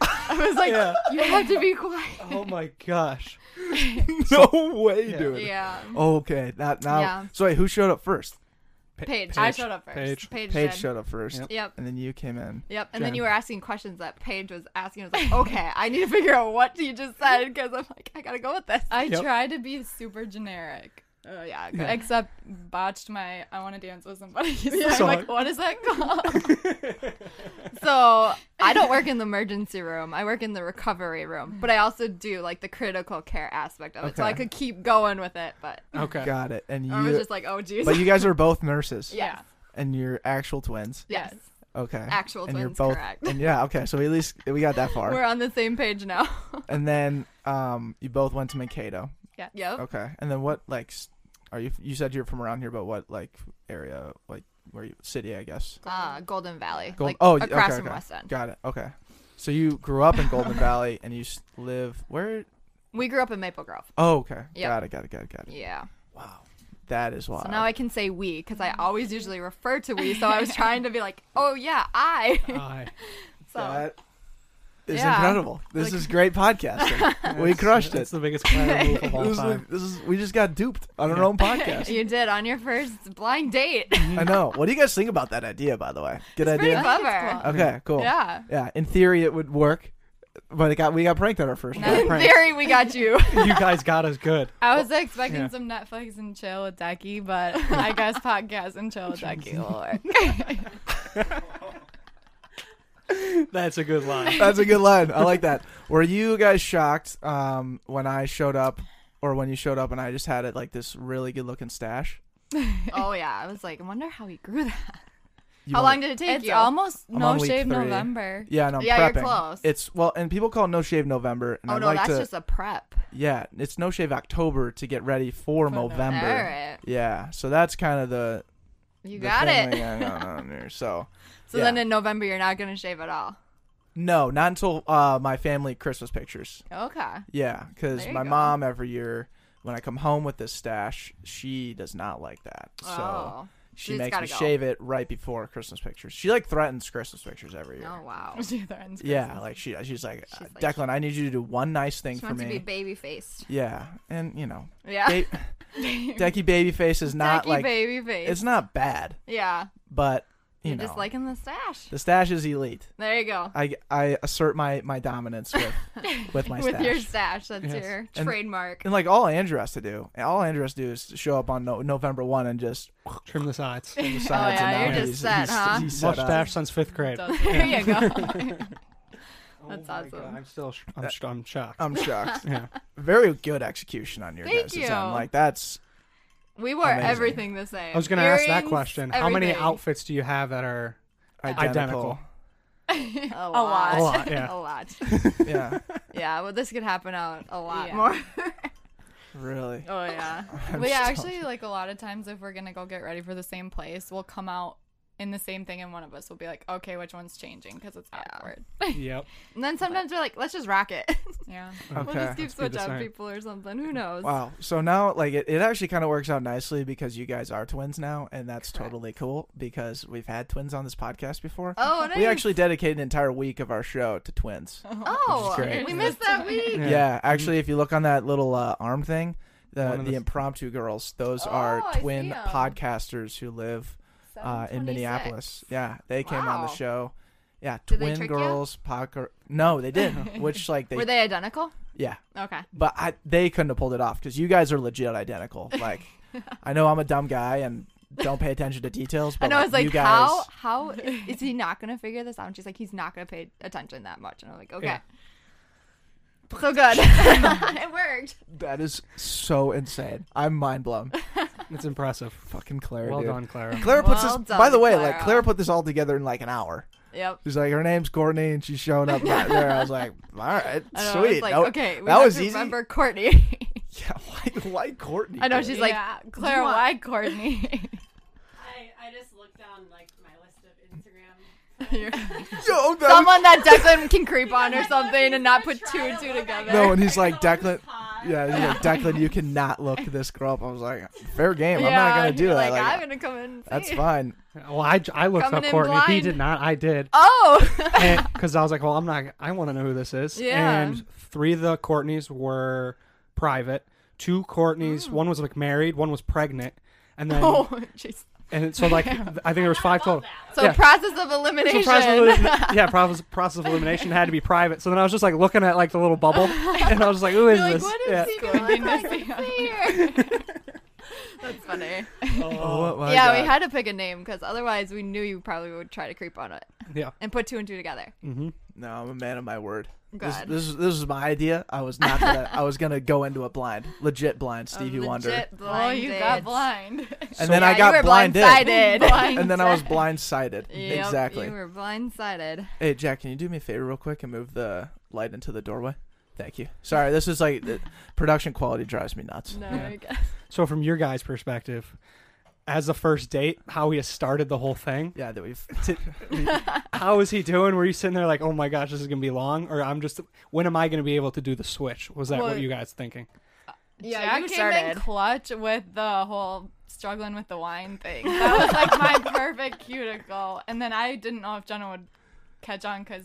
Speaker 6: I was like,
Speaker 4: yeah.
Speaker 2: You have to be quiet.
Speaker 4: Oh my gosh.
Speaker 1: No way,
Speaker 4: Yeah.
Speaker 1: dude.
Speaker 2: Yeah.
Speaker 1: Okay, that now.
Speaker 2: Yeah.
Speaker 1: So wait, who showed up first?
Speaker 2: Paige.
Speaker 6: I showed up first.
Speaker 4: Paige.
Speaker 2: Paige.
Speaker 1: Paige
Speaker 2: did.
Speaker 1: showed up first,
Speaker 4: Yep.
Speaker 2: Yep.
Speaker 1: and then you came in.
Speaker 2: Yep. And
Speaker 4: Jen.
Speaker 2: then you were asking questions that Paige was asking. I was like, okay, I need to figure out what you just said because I'm like, I gotta go with this.
Speaker 6: I
Speaker 4: Yep.
Speaker 6: tried to be super generic.
Speaker 2: Oh yeah.
Speaker 4: Yeah.
Speaker 6: Except botched my I want to dance with somebody. So I'm
Speaker 4: So-
Speaker 6: like, what is that called?
Speaker 2: So I don't work in the emergency room. I work in the recovery room, but I also do like the critical care aspect of it. So I
Speaker 1: Mm. Okay.
Speaker 2: could keep going with it, but
Speaker 4: Okay.
Speaker 1: Got it. And
Speaker 2: I was
Speaker 1: you,
Speaker 2: just like, oh geez.
Speaker 1: but you guys are both nurses,
Speaker 2: yes.
Speaker 1: and you're actual twins.
Speaker 2: Yes.
Speaker 6: Yes.
Speaker 1: Okay.
Speaker 2: Actual
Speaker 1: and you're
Speaker 2: twins,
Speaker 1: both,
Speaker 2: correct.
Speaker 1: And yeah, okay. So at least we got that far.
Speaker 2: We're on the same page now.
Speaker 1: and then um, you both went to Mankato.
Speaker 2: yep.
Speaker 1: Okay. And then what like s- are you? You said you're from around here, but what like area? Like where you city? I guess.
Speaker 2: Uh, Golden Valley.
Speaker 1: Gold-
Speaker 2: like,
Speaker 1: oh, y-
Speaker 2: across
Speaker 1: okay,
Speaker 2: from
Speaker 1: okay.
Speaker 2: West End.
Speaker 1: Got it. Okay. So you grew up in Golden Valley, and you s- live where?
Speaker 2: We grew up in Maple Grove.
Speaker 1: Oh, okay.
Speaker 2: Yeah.
Speaker 1: Got it. Got it. Got it. Got it.
Speaker 2: Yeah.
Speaker 1: Wow. That is wild.
Speaker 2: So now I can say we because I always usually refer to we. So I was trying to be like, oh yeah, I.
Speaker 4: I,
Speaker 2: so
Speaker 1: That is
Speaker 2: Yeah.
Speaker 1: incredible. This is great podcasting. we crushed
Speaker 4: That's
Speaker 1: it.
Speaker 4: the biggest clown move of all
Speaker 1: This is,
Speaker 4: time.
Speaker 1: this is we just got duped on our own podcast.
Speaker 2: you did on your first blind date.
Speaker 1: I know. What do you guys think about that idea, by the way? Good
Speaker 2: Pretty
Speaker 1: idea.
Speaker 2: clever.
Speaker 6: cool.
Speaker 1: Okay, cool.
Speaker 2: Yeah.
Speaker 1: Yeah, In theory, it would work, but it got we got pranked on our first
Speaker 6: Nice.
Speaker 1: one.
Speaker 2: In
Speaker 4: prank.
Speaker 2: theory, we got you.
Speaker 4: you guys got us good.
Speaker 6: I was expecting
Speaker 4: yeah.
Speaker 6: some Netflix and chill with Ducky, but I guess podcast and chill with Ducky will work.
Speaker 4: That's a good line.
Speaker 1: That's a good line. I like that. Were you guys shocked um, when I showed up, or when you showed up and I just had it like this really good looking stash?
Speaker 2: Oh yeah. I was like, I wonder how he grew that.
Speaker 1: You
Speaker 2: how
Speaker 1: wanna-
Speaker 2: long did it take
Speaker 6: It's
Speaker 2: you?
Speaker 6: almost
Speaker 1: I'm
Speaker 6: no
Speaker 1: on week
Speaker 6: shave
Speaker 1: three.
Speaker 6: November.
Speaker 1: Yeah, no, I'm
Speaker 2: Yeah, you're
Speaker 1: prepping.
Speaker 2: close.
Speaker 1: It's well, and people call it No Shave November, and
Speaker 2: oh
Speaker 1: I
Speaker 2: no,
Speaker 1: like
Speaker 2: that's
Speaker 1: to
Speaker 2: just a prep.
Speaker 1: yeah, it's No Shave October to get ready for
Speaker 2: All
Speaker 1: November.
Speaker 2: right.
Speaker 1: Yeah, so that's kind of the
Speaker 2: You
Speaker 1: the
Speaker 2: got
Speaker 1: thing
Speaker 2: it.
Speaker 1: we got going on here. So
Speaker 2: So then
Speaker 1: yeah.
Speaker 2: in November, you're not gonna shave at all.
Speaker 1: no, not until uh, my family Christmas pictures.
Speaker 2: Okay.
Speaker 1: Yeah, because
Speaker 2: There you
Speaker 1: my
Speaker 2: go.
Speaker 1: mom every year when I come home with this stash, she does not like that. So
Speaker 2: oh.
Speaker 1: she
Speaker 2: It's
Speaker 1: makes
Speaker 2: gotta
Speaker 1: me
Speaker 2: go.
Speaker 1: shave it right before Christmas pictures. She like threatens Christmas pictures every year.
Speaker 2: Oh wow.
Speaker 6: She threatens
Speaker 1: Yeah,
Speaker 6: Christmas.
Speaker 1: like she she's like, "Uh,
Speaker 2: She's like-
Speaker 1: Declan, I need you to do one nice thing
Speaker 2: She
Speaker 1: for
Speaker 2: wants to be
Speaker 1: me.
Speaker 2: baby faced.
Speaker 1: yeah, and you know,
Speaker 2: Yeah.
Speaker 1: ba- Decky Babyface is not
Speaker 2: Tacky
Speaker 1: like
Speaker 2: baby face.
Speaker 1: it's not bad,
Speaker 2: yeah.
Speaker 1: but you
Speaker 2: You're
Speaker 1: know,
Speaker 2: just liking the stash.
Speaker 1: the stash is elite.
Speaker 2: There you go.
Speaker 1: I, I assert my, my dominance with with my
Speaker 2: With
Speaker 1: stash.
Speaker 2: your stash, that's
Speaker 4: Yes.
Speaker 2: your
Speaker 1: And-
Speaker 2: trademark.
Speaker 1: and like all Andrew has to do, all Andrew has to do is show up on no- November one and just
Speaker 4: Trim the sides.
Speaker 1: the sides
Speaker 2: Oh, yeah,
Speaker 1: and
Speaker 2: you're
Speaker 1: now
Speaker 2: just
Speaker 1: he's,
Speaker 2: set,
Speaker 1: he's,
Speaker 2: huh?
Speaker 1: he's set up.
Speaker 4: Mustache since fifth grade.
Speaker 6: Does
Speaker 2: There
Speaker 6: it.
Speaker 2: you go.
Speaker 4: That's
Speaker 2: awesome.
Speaker 4: Oh
Speaker 2: Um,
Speaker 4: I'm still. Sh- I'm, sh- I'm shocked.
Speaker 1: I'm shocked.
Speaker 4: yeah.
Speaker 1: Very good execution on your
Speaker 2: Thank
Speaker 1: guys' end.
Speaker 2: you.
Speaker 1: Like that's
Speaker 2: We wore
Speaker 1: Amazing.
Speaker 2: everything the same.
Speaker 4: I was going to ask that
Speaker 2: Earrings,
Speaker 4: question. How many
Speaker 2: everything.
Speaker 4: outfits do you have that are
Speaker 1: identical.
Speaker 4: Identical.
Speaker 2: A lot.
Speaker 6: lot. A
Speaker 4: lot, yeah.
Speaker 2: A lot.
Speaker 1: yeah,
Speaker 2: Yeah, well, this could happen out a lot
Speaker 6: Yeah.
Speaker 2: more.
Speaker 1: really.
Speaker 2: oh, yeah.
Speaker 1: I'm
Speaker 6: we
Speaker 1: so-
Speaker 6: actually like a lot of times if we're gonna go get ready for the same place, we'll come out in the same thing, and one of us will be like, "Okay, which one's changing?" Because it's awkward.
Speaker 4: Yep.
Speaker 2: And then sometimes we're like, let's just rock it.
Speaker 6: yeah.
Speaker 2: we'll
Speaker 1: okay.
Speaker 2: just keep
Speaker 4: Let's do the
Speaker 2: switch up
Speaker 4: same.
Speaker 2: people or something. Who knows?
Speaker 1: Wow. So now, like, it, it actually kind of works out nicely because you guys are twins now, and that's
Speaker 2: Correct.
Speaker 1: totally cool because we've had twins on this podcast before.
Speaker 2: Oh, nice.
Speaker 1: we actually dedicated an entire week of our show to twins.
Speaker 2: Oh, Mm-hmm.
Speaker 1: Which is great.
Speaker 2: we missed that week.
Speaker 1: Yeah,
Speaker 4: Yeah.
Speaker 1: actually, if you look on that little uh, arm thing, the,
Speaker 4: One
Speaker 1: the,
Speaker 4: of the-
Speaker 1: impromptu girls, those
Speaker 2: Oh,
Speaker 1: are
Speaker 2: I see
Speaker 1: twin
Speaker 2: 'em.
Speaker 1: podcasters who live uh, in
Speaker 2: 726.
Speaker 1: Minneapolis. Yeah, they came on the
Speaker 2: Wow.
Speaker 1: show. Yeah,
Speaker 2: Did they
Speaker 1: twin
Speaker 2: trick ya?
Speaker 1: girls podca- No, they didn't. which like they,
Speaker 2: Were they identical?
Speaker 1: yeah,
Speaker 2: Okay.
Speaker 1: but I, they couldn't have pulled it off because you guys are legit identical. Like, I know I'm a dumb guy and don't pay attention to details, but
Speaker 2: And I was like,
Speaker 1: you guys,
Speaker 2: how how is he not gonna figure this out? And she's like, he's not gonna pay attention that much. And I'm like, okay.
Speaker 4: Yeah.
Speaker 2: So good. it worked.
Speaker 1: that is so insane. I'm mind blown.
Speaker 4: It's impressive.
Speaker 1: Fucking Claire,
Speaker 4: Well
Speaker 1: dude.
Speaker 4: done, Clara.
Speaker 1: Claire puts
Speaker 2: Well
Speaker 1: this.
Speaker 2: done,
Speaker 1: by the way, like
Speaker 2: Clara.
Speaker 1: Claire put this all together in like an hour.
Speaker 2: Yep.
Speaker 1: She's like, her name's Courtney, and she's showing up right there. I was like, all right,
Speaker 2: I know, I was
Speaker 1: sweet.
Speaker 2: like,
Speaker 1: That-
Speaker 2: okay, we
Speaker 1: that
Speaker 2: have
Speaker 1: was
Speaker 2: to
Speaker 1: easy.
Speaker 2: remember Courtney.
Speaker 1: Yeah, why, why Courtney?
Speaker 2: I know
Speaker 1: dude?
Speaker 2: she's like,
Speaker 6: Yeah,
Speaker 2: "Do you
Speaker 6: Claire,
Speaker 2: want-"
Speaker 6: why Courtney?
Speaker 7: I, I just looked down like my list of Instagram.
Speaker 1: Yo, that was-
Speaker 2: someone that Declan can creep on
Speaker 1: "Oh,
Speaker 2: or something and not put
Speaker 7: Try
Speaker 2: two and
Speaker 7: to
Speaker 2: two
Speaker 7: look at
Speaker 2: together.
Speaker 1: No, and he's
Speaker 7: my
Speaker 1: like,
Speaker 7: girl's
Speaker 1: Declan.
Speaker 7: pod.
Speaker 1: Yeah, he's like, Declan, you cannot look this girl up. I was like, fair game. I'm not gonna
Speaker 2: and
Speaker 1: do
Speaker 2: you're
Speaker 1: that.
Speaker 2: Like,
Speaker 1: Like,
Speaker 2: I'm gonna come in. And
Speaker 1: that's
Speaker 2: see.
Speaker 1: fine.
Speaker 4: Well, I, I looked
Speaker 2: Coming
Speaker 4: up
Speaker 2: in
Speaker 4: Courtney. He
Speaker 2: blind.
Speaker 4: did not. I did.
Speaker 2: Oh,
Speaker 4: Because I was like, well, I'm not. I want to know who this is.
Speaker 2: Yeah.
Speaker 4: And three of the Courtneys were private. Two Courtneys. One was like married. One was pregnant. And then
Speaker 2: oh, jeez.
Speaker 4: and so like I think there was five total.
Speaker 2: So
Speaker 4: Yeah.
Speaker 2: process of elimination.
Speaker 4: So process of elim- yeah, process, process of elimination had to be private. So then I was just like looking at like the little bubble, and I was just like, "Who is
Speaker 2: You're like,
Speaker 4: this?"
Speaker 2: what is
Speaker 4: yeah.
Speaker 2: he gonna look like? It's here. That's funny.
Speaker 1: Oh, my
Speaker 2: yeah, we
Speaker 1: Oh God.
Speaker 2: had to pick a name because otherwise we knew you probably would try to creep on it.
Speaker 4: Yeah.
Speaker 2: and put two and two together.
Speaker 4: Mm-hmm.
Speaker 1: No, I'm a man of my word. This,
Speaker 2: God.
Speaker 1: this is- this is my idea. I was not gonna. I was gonna go into a blind, legit blind Stevie Wonder, and
Speaker 2: Legit
Speaker 6: Oh, you got
Speaker 2: blinded.
Speaker 6: blind.
Speaker 1: then I
Speaker 2: Yeah,
Speaker 1: got
Speaker 2: you were
Speaker 1: blinded,
Speaker 2: blindsided.
Speaker 1: and then I was blindsided.
Speaker 2: Yep,
Speaker 1: exactly.
Speaker 2: You were blindsided.
Speaker 1: Hey Jack, can you do me a favor real quick and move the light into the doorway? Thank you. Sorry, this is like the production quality drives me nuts.
Speaker 6: no,
Speaker 4: Yeah.
Speaker 6: I guess.
Speaker 4: So from your guys' perspective, as the first date, how he has started the whole thing.
Speaker 1: Yeah, that we've.
Speaker 4: How is he doing? Were you sitting there like, oh my gosh, this is gonna be long, or I'm just, when am I gonna be able to do the switch? Was that
Speaker 6: Well-
Speaker 4: what you guys thinking?
Speaker 2: Yeah,
Speaker 6: Jack
Speaker 2: you
Speaker 6: came in
Speaker 2: started.
Speaker 6: clutch with the whole struggling with the wine thing. That was like my perfect cuticle. And then I didn't know if Jenna would catch on because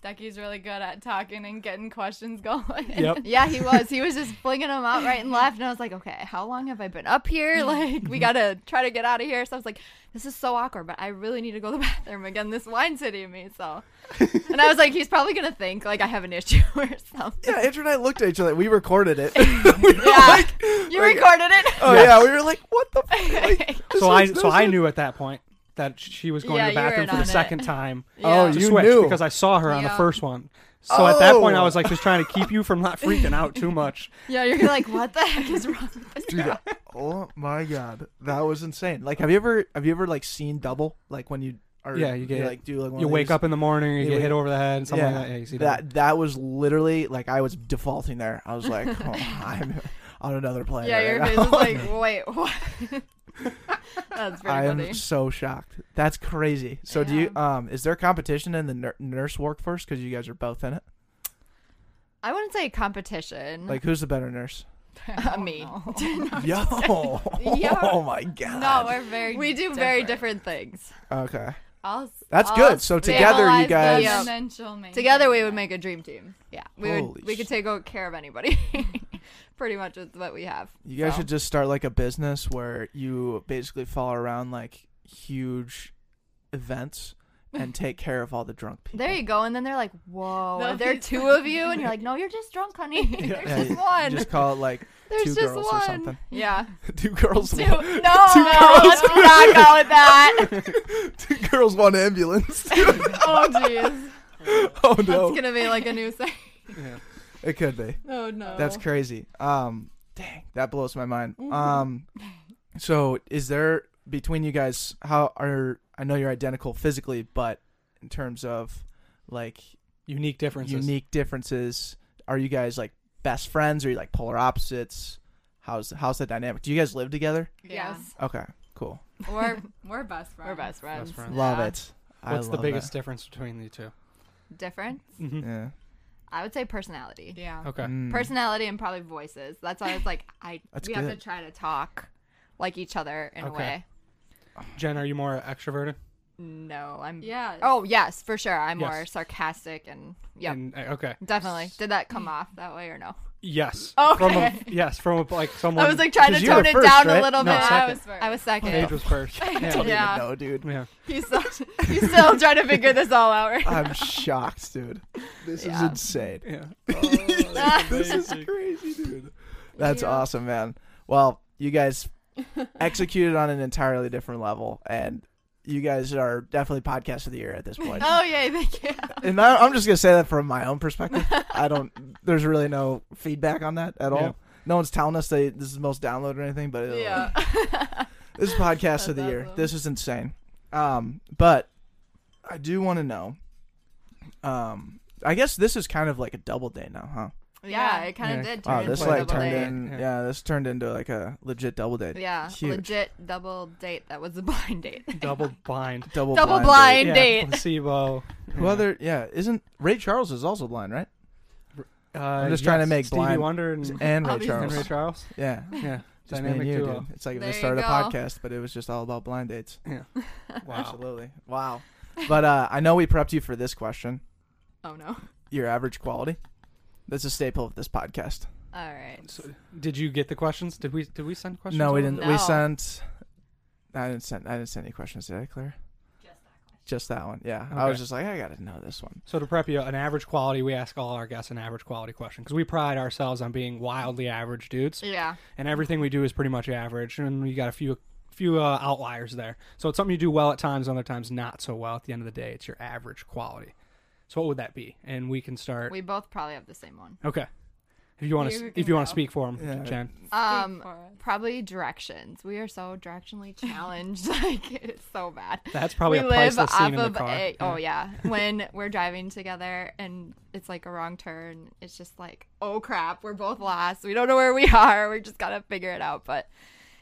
Speaker 6: Becky's really good at talking and getting questions going.
Speaker 4: Yep.
Speaker 2: Yeah, he was. He was just flinging them out right and left, and I was like, "Okay, how long have I been up here? Like, we gotta try to get out of here." So I was like, "This is so awkward, but I really need to go to the bathroom again." This wine's hitting me, so. And I was like, "He's probably gonna think like I have an issue or something."
Speaker 1: yeah, Andrew and I looked at each other. We recorded it.
Speaker 2: Yeah, you recorded it.
Speaker 1: oh yeah, we were like, what the. F-?
Speaker 4: So I,
Speaker 1: is-
Speaker 4: so I knew at that point that she was going
Speaker 2: Yeah,
Speaker 4: to
Speaker 2: you
Speaker 4: the
Speaker 2: were
Speaker 4: bathroom for
Speaker 2: in
Speaker 4: the
Speaker 2: on it.
Speaker 4: second time.
Speaker 1: Oh,
Speaker 4: to
Speaker 1: you
Speaker 4: switch
Speaker 1: knew
Speaker 4: because I saw her on the
Speaker 2: Yeah.
Speaker 4: first one. So at that point, I
Speaker 1: Oh.
Speaker 4: was like just trying to keep you from not freaking out too much.
Speaker 2: Yeah, you're like, "What the heck is wrong?" with this
Speaker 1: Dude, oh my god, that was insane. Like, have you ever have you ever like seen double? Like when you are
Speaker 4: Yeah, you get-
Speaker 1: like do like one
Speaker 4: You
Speaker 1: of
Speaker 4: wake
Speaker 1: these-
Speaker 4: up in the morning, you
Speaker 1: You
Speaker 4: get
Speaker 1: wake-
Speaker 4: hit over the head, and something like that. Yeah, you see that.
Speaker 1: that was literally like I was defaulting there. I was like, oh, I'm on another planet.
Speaker 2: Yeah, your
Speaker 1: right
Speaker 2: face
Speaker 1: now.
Speaker 2: is like, wait, what? That's pretty
Speaker 1: I
Speaker 2: funny.
Speaker 1: am so shocked. That's crazy. So do you? Um, is there competition in the nur- nurse workforce? Because you guys are both in it.
Speaker 2: I wouldn't say competition.
Speaker 1: Like, who's the better nurse?
Speaker 2: uh, me.
Speaker 1: Yo. Oh my
Speaker 6: No,
Speaker 1: god.
Speaker 6: we're very
Speaker 2: we do very different things.
Speaker 1: okay.
Speaker 6: I'll,
Speaker 1: That's
Speaker 2: I'll
Speaker 1: good. So together, you
Speaker 2: stabilize them.
Speaker 1: guys.
Speaker 2: Yeah.
Speaker 6: and then she'll make
Speaker 2: Together, we would make a dream team. Yeah, we
Speaker 1: Holy
Speaker 2: would. We
Speaker 1: sh-
Speaker 2: could take o- care of anybody. pretty much with what we have.
Speaker 1: You guys
Speaker 2: So.
Speaker 1: should just start like a business where you basically follow around like huge events and take care of all the drunk people.
Speaker 2: There you go. And then they're like, "Whoa,
Speaker 6: They'll
Speaker 2: are there
Speaker 6: be-
Speaker 2: two of you?" And you're like, "No, you're just drunk, honey. There's
Speaker 1: Yeah, you-
Speaker 2: just
Speaker 1: you
Speaker 2: one.
Speaker 1: Just call it like
Speaker 2: There's
Speaker 1: two
Speaker 2: just
Speaker 1: girls
Speaker 2: one."
Speaker 1: or something.
Speaker 2: Yeah.
Speaker 1: two girls,
Speaker 2: Two. No,
Speaker 1: one-
Speaker 2: no, let's not go with that.
Speaker 1: two girls, one ambulance.
Speaker 2: oh jeez,
Speaker 1: oh no,
Speaker 2: it's gonna be like a new thing.
Speaker 1: it could be.
Speaker 6: Oh no,
Speaker 1: That's crazy. Um, dang, that blows my mind.
Speaker 2: Mm-hmm.
Speaker 1: Um, so is there between you guys? How are I know you're identical physically, but in terms of like
Speaker 4: Unique differences.
Speaker 1: unique differences, are you guys like best friends? Are you like polar opposites? How's how's the dynamic? Do you guys live together?
Speaker 6: yes.
Speaker 1: Okay, cool.
Speaker 2: Or
Speaker 6: We're best friends.
Speaker 2: we're best friends.
Speaker 4: friends.
Speaker 1: Love
Speaker 2: Yeah.
Speaker 1: it. I
Speaker 4: What's the
Speaker 1: love
Speaker 4: biggest difference between the 2
Speaker 2: Different.
Speaker 1: That. Yeah.
Speaker 2: I would say personality.
Speaker 6: Yeah.
Speaker 4: Okay.
Speaker 1: Mm.
Speaker 2: Personality and probably voices. That's why it's like I
Speaker 1: That's
Speaker 2: we have
Speaker 1: good.
Speaker 2: to try to talk like each other in
Speaker 4: Okay.
Speaker 2: a way.
Speaker 1: Mm-hmm.
Speaker 4: Jen, are you more extroverted?
Speaker 2: No, I'm
Speaker 6: Yeah.
Speaker 2: Oh yes, for sure. I'm more
Speaker 4: Yes.
Speaker 2: sarcastic and yeah.
Speaker 4: And- uh, okay.
Speaker 2: Definitely. Did that come off that way or no?
Speaker 4: Yes.
Speaker 2: Okay.
Speaker 4: From a, yes, from a, like someone.
Speaker 2: I was like trying to
Speaker 1: 'Cause you were
Speaker 2: tone it
Speaker 1: first,
Speaker 2: down
Speaker 1: right?
Speaker 2: a little
Speaker 4: No,
Speaker 2: bit.
Speaker 4: second.
Speaker 6: I was first.
Speaker 2: I was second.
Speaker 4: Paige was first. Yeah.
Speaker 1: Don't
Speaker 2: Yeah.
Speaker 1: even know, dude.
Speaker 4: yeah.
Speaker 2: He's still he's still trying to figure this all out. Right?
Speaker 1: I'm shocked, dude. This is
Speaker 2: Yeah.
Speaker 1: insane.
Speaker 4: Yeah.
Speaker 1: This is
Speaker 4: Oh, Amazing.
Speaker 1: crazy, dude. That's awesome, man. Well, you guys executed on an entirely different level, and you guys are definitely podcast of the year at this point.
Speaker 2: Oh yay, thank you.
Speaker 1: and I, I'm just gonna say that from my own perspective. I don't. There's really no feedback on that at all.
Speaker 4: Yeah.
Speaker 1: No one's telling us they this is the most downloaded or anything, but uh,
Speaker 2: Yeah.
Speaker 1: this is podcast of
Speaker 2: That's
Speaker 1: the year.
Speaker 2: awesome.
Speaker 1: This is insane. Um, but I do want to know. Um, I guess this is kind of like a double day now, huh?
Speaker 2: yeah, it kinda
Speaker 4: Yeah.
Speaker 2: did turn
Speaker 1: Wow,
Speaker 4: Turned
Speaker 1: this
Speaker 2: into a
Speaker 1: like
Speaker 2: double
Speaker 1: turned
Speaker 2: date.
Speaker 1: in.
Speaker 4: Yeah.
Speaker 1: Yeah. this turned into like a legit double date.
Speaker 2: Yeah.
Speaker 1: Huge.
Speaker 2: Legit double date. That was a blind date.
Speaker 4: Double blind.
Speaker 1: Double,
Speaker 2: double
Speaker 1: blind.
Speaker 2: blind date.
Speaker 4: Placebo.
Speaker 1: date. Who other? Yeah, isn't Ray Charles is also blind, right?
Speaker 4: Uh,
Speaker 1: I'm just trying to make
Speaker 4: Stevie
Speaker 1: blind-
Speaker 4: Wonder and,
Speaker 1: And Ray
Speaker 2: Obviously.
Speaker 1: Charles.
Speaker 4: Mm-hmm. and Ray Charles.
Speaker 1: Yeah,
Speaker 4: Yeah.
Speaker 1: just me and you, dude. It's like if
Speaker 2: There
Speaker 1: they
Speaker 2: you
Speaker 1: started a
Speaker 2: go.
Speaker 1: podcast, but it was just all about blind dates.
Speaker 4: Wow.
Speaker 1: Absolutely. Wow. But uh, I know we prepped you for this question.
Speaker 2: Oh no.
Speaker 1: Your average quality. That's a staple of this podcast.
Speaker 2: All right.
Speaker 4: So, did you get the questions? Did we did we send questions?
Speaker 1: no, we
Speaker 4: over?
Speaker 1: didn't.
Speaker 2: No.
Speaker 1: We sent. I didn't send. I didn't send any questions. Did I, Claire? Just that one. Yeah. I was
Speaker 4: Okay.
Speaker 1: just like, I gotta know this one.
Speaker 4: So to prep you, an average quality, we ask all our guests an average quality question because we pride ourselves on being wildly average dudes,
Speaker 2: Yeah.
Speaker 4: and everything we do is pretty much average. And we got a few few uh, outliers there. So it's something you do well at times, other times not so well. At the end of the day, it's your average quality. So what would that be? And we can start.
Speaker 2: We both probably have the same one.
Speaker 4: okay. If you want
Speaker 6: You
Speaker 4: to,
Speaker 6: can
Speaker 4: if you want to
Speaker 6: go.
Speaker 4: speak for him,
Speaker 1: Yeah.
Speaker 4: Jen.
Speaker 2: Um,
Speaker 6: for it.
Speaker 2: probably directions. We are so directionally challenged. like it's so bad.
Speaker 4: That's probably
Speaker 2: we
Speaker 4: a
Speaker 2: live
Speaker 4: priceless scene in
Speaker 2: off
Speaker 4: the
Speaker 2: of
Speaker 4: car.
Speaker 2: a- oh yeah. when we're driving together and it's like a wrong turn, it's just like oh crap, we're both lost. We don't know where we are. We just gotta figure it out. But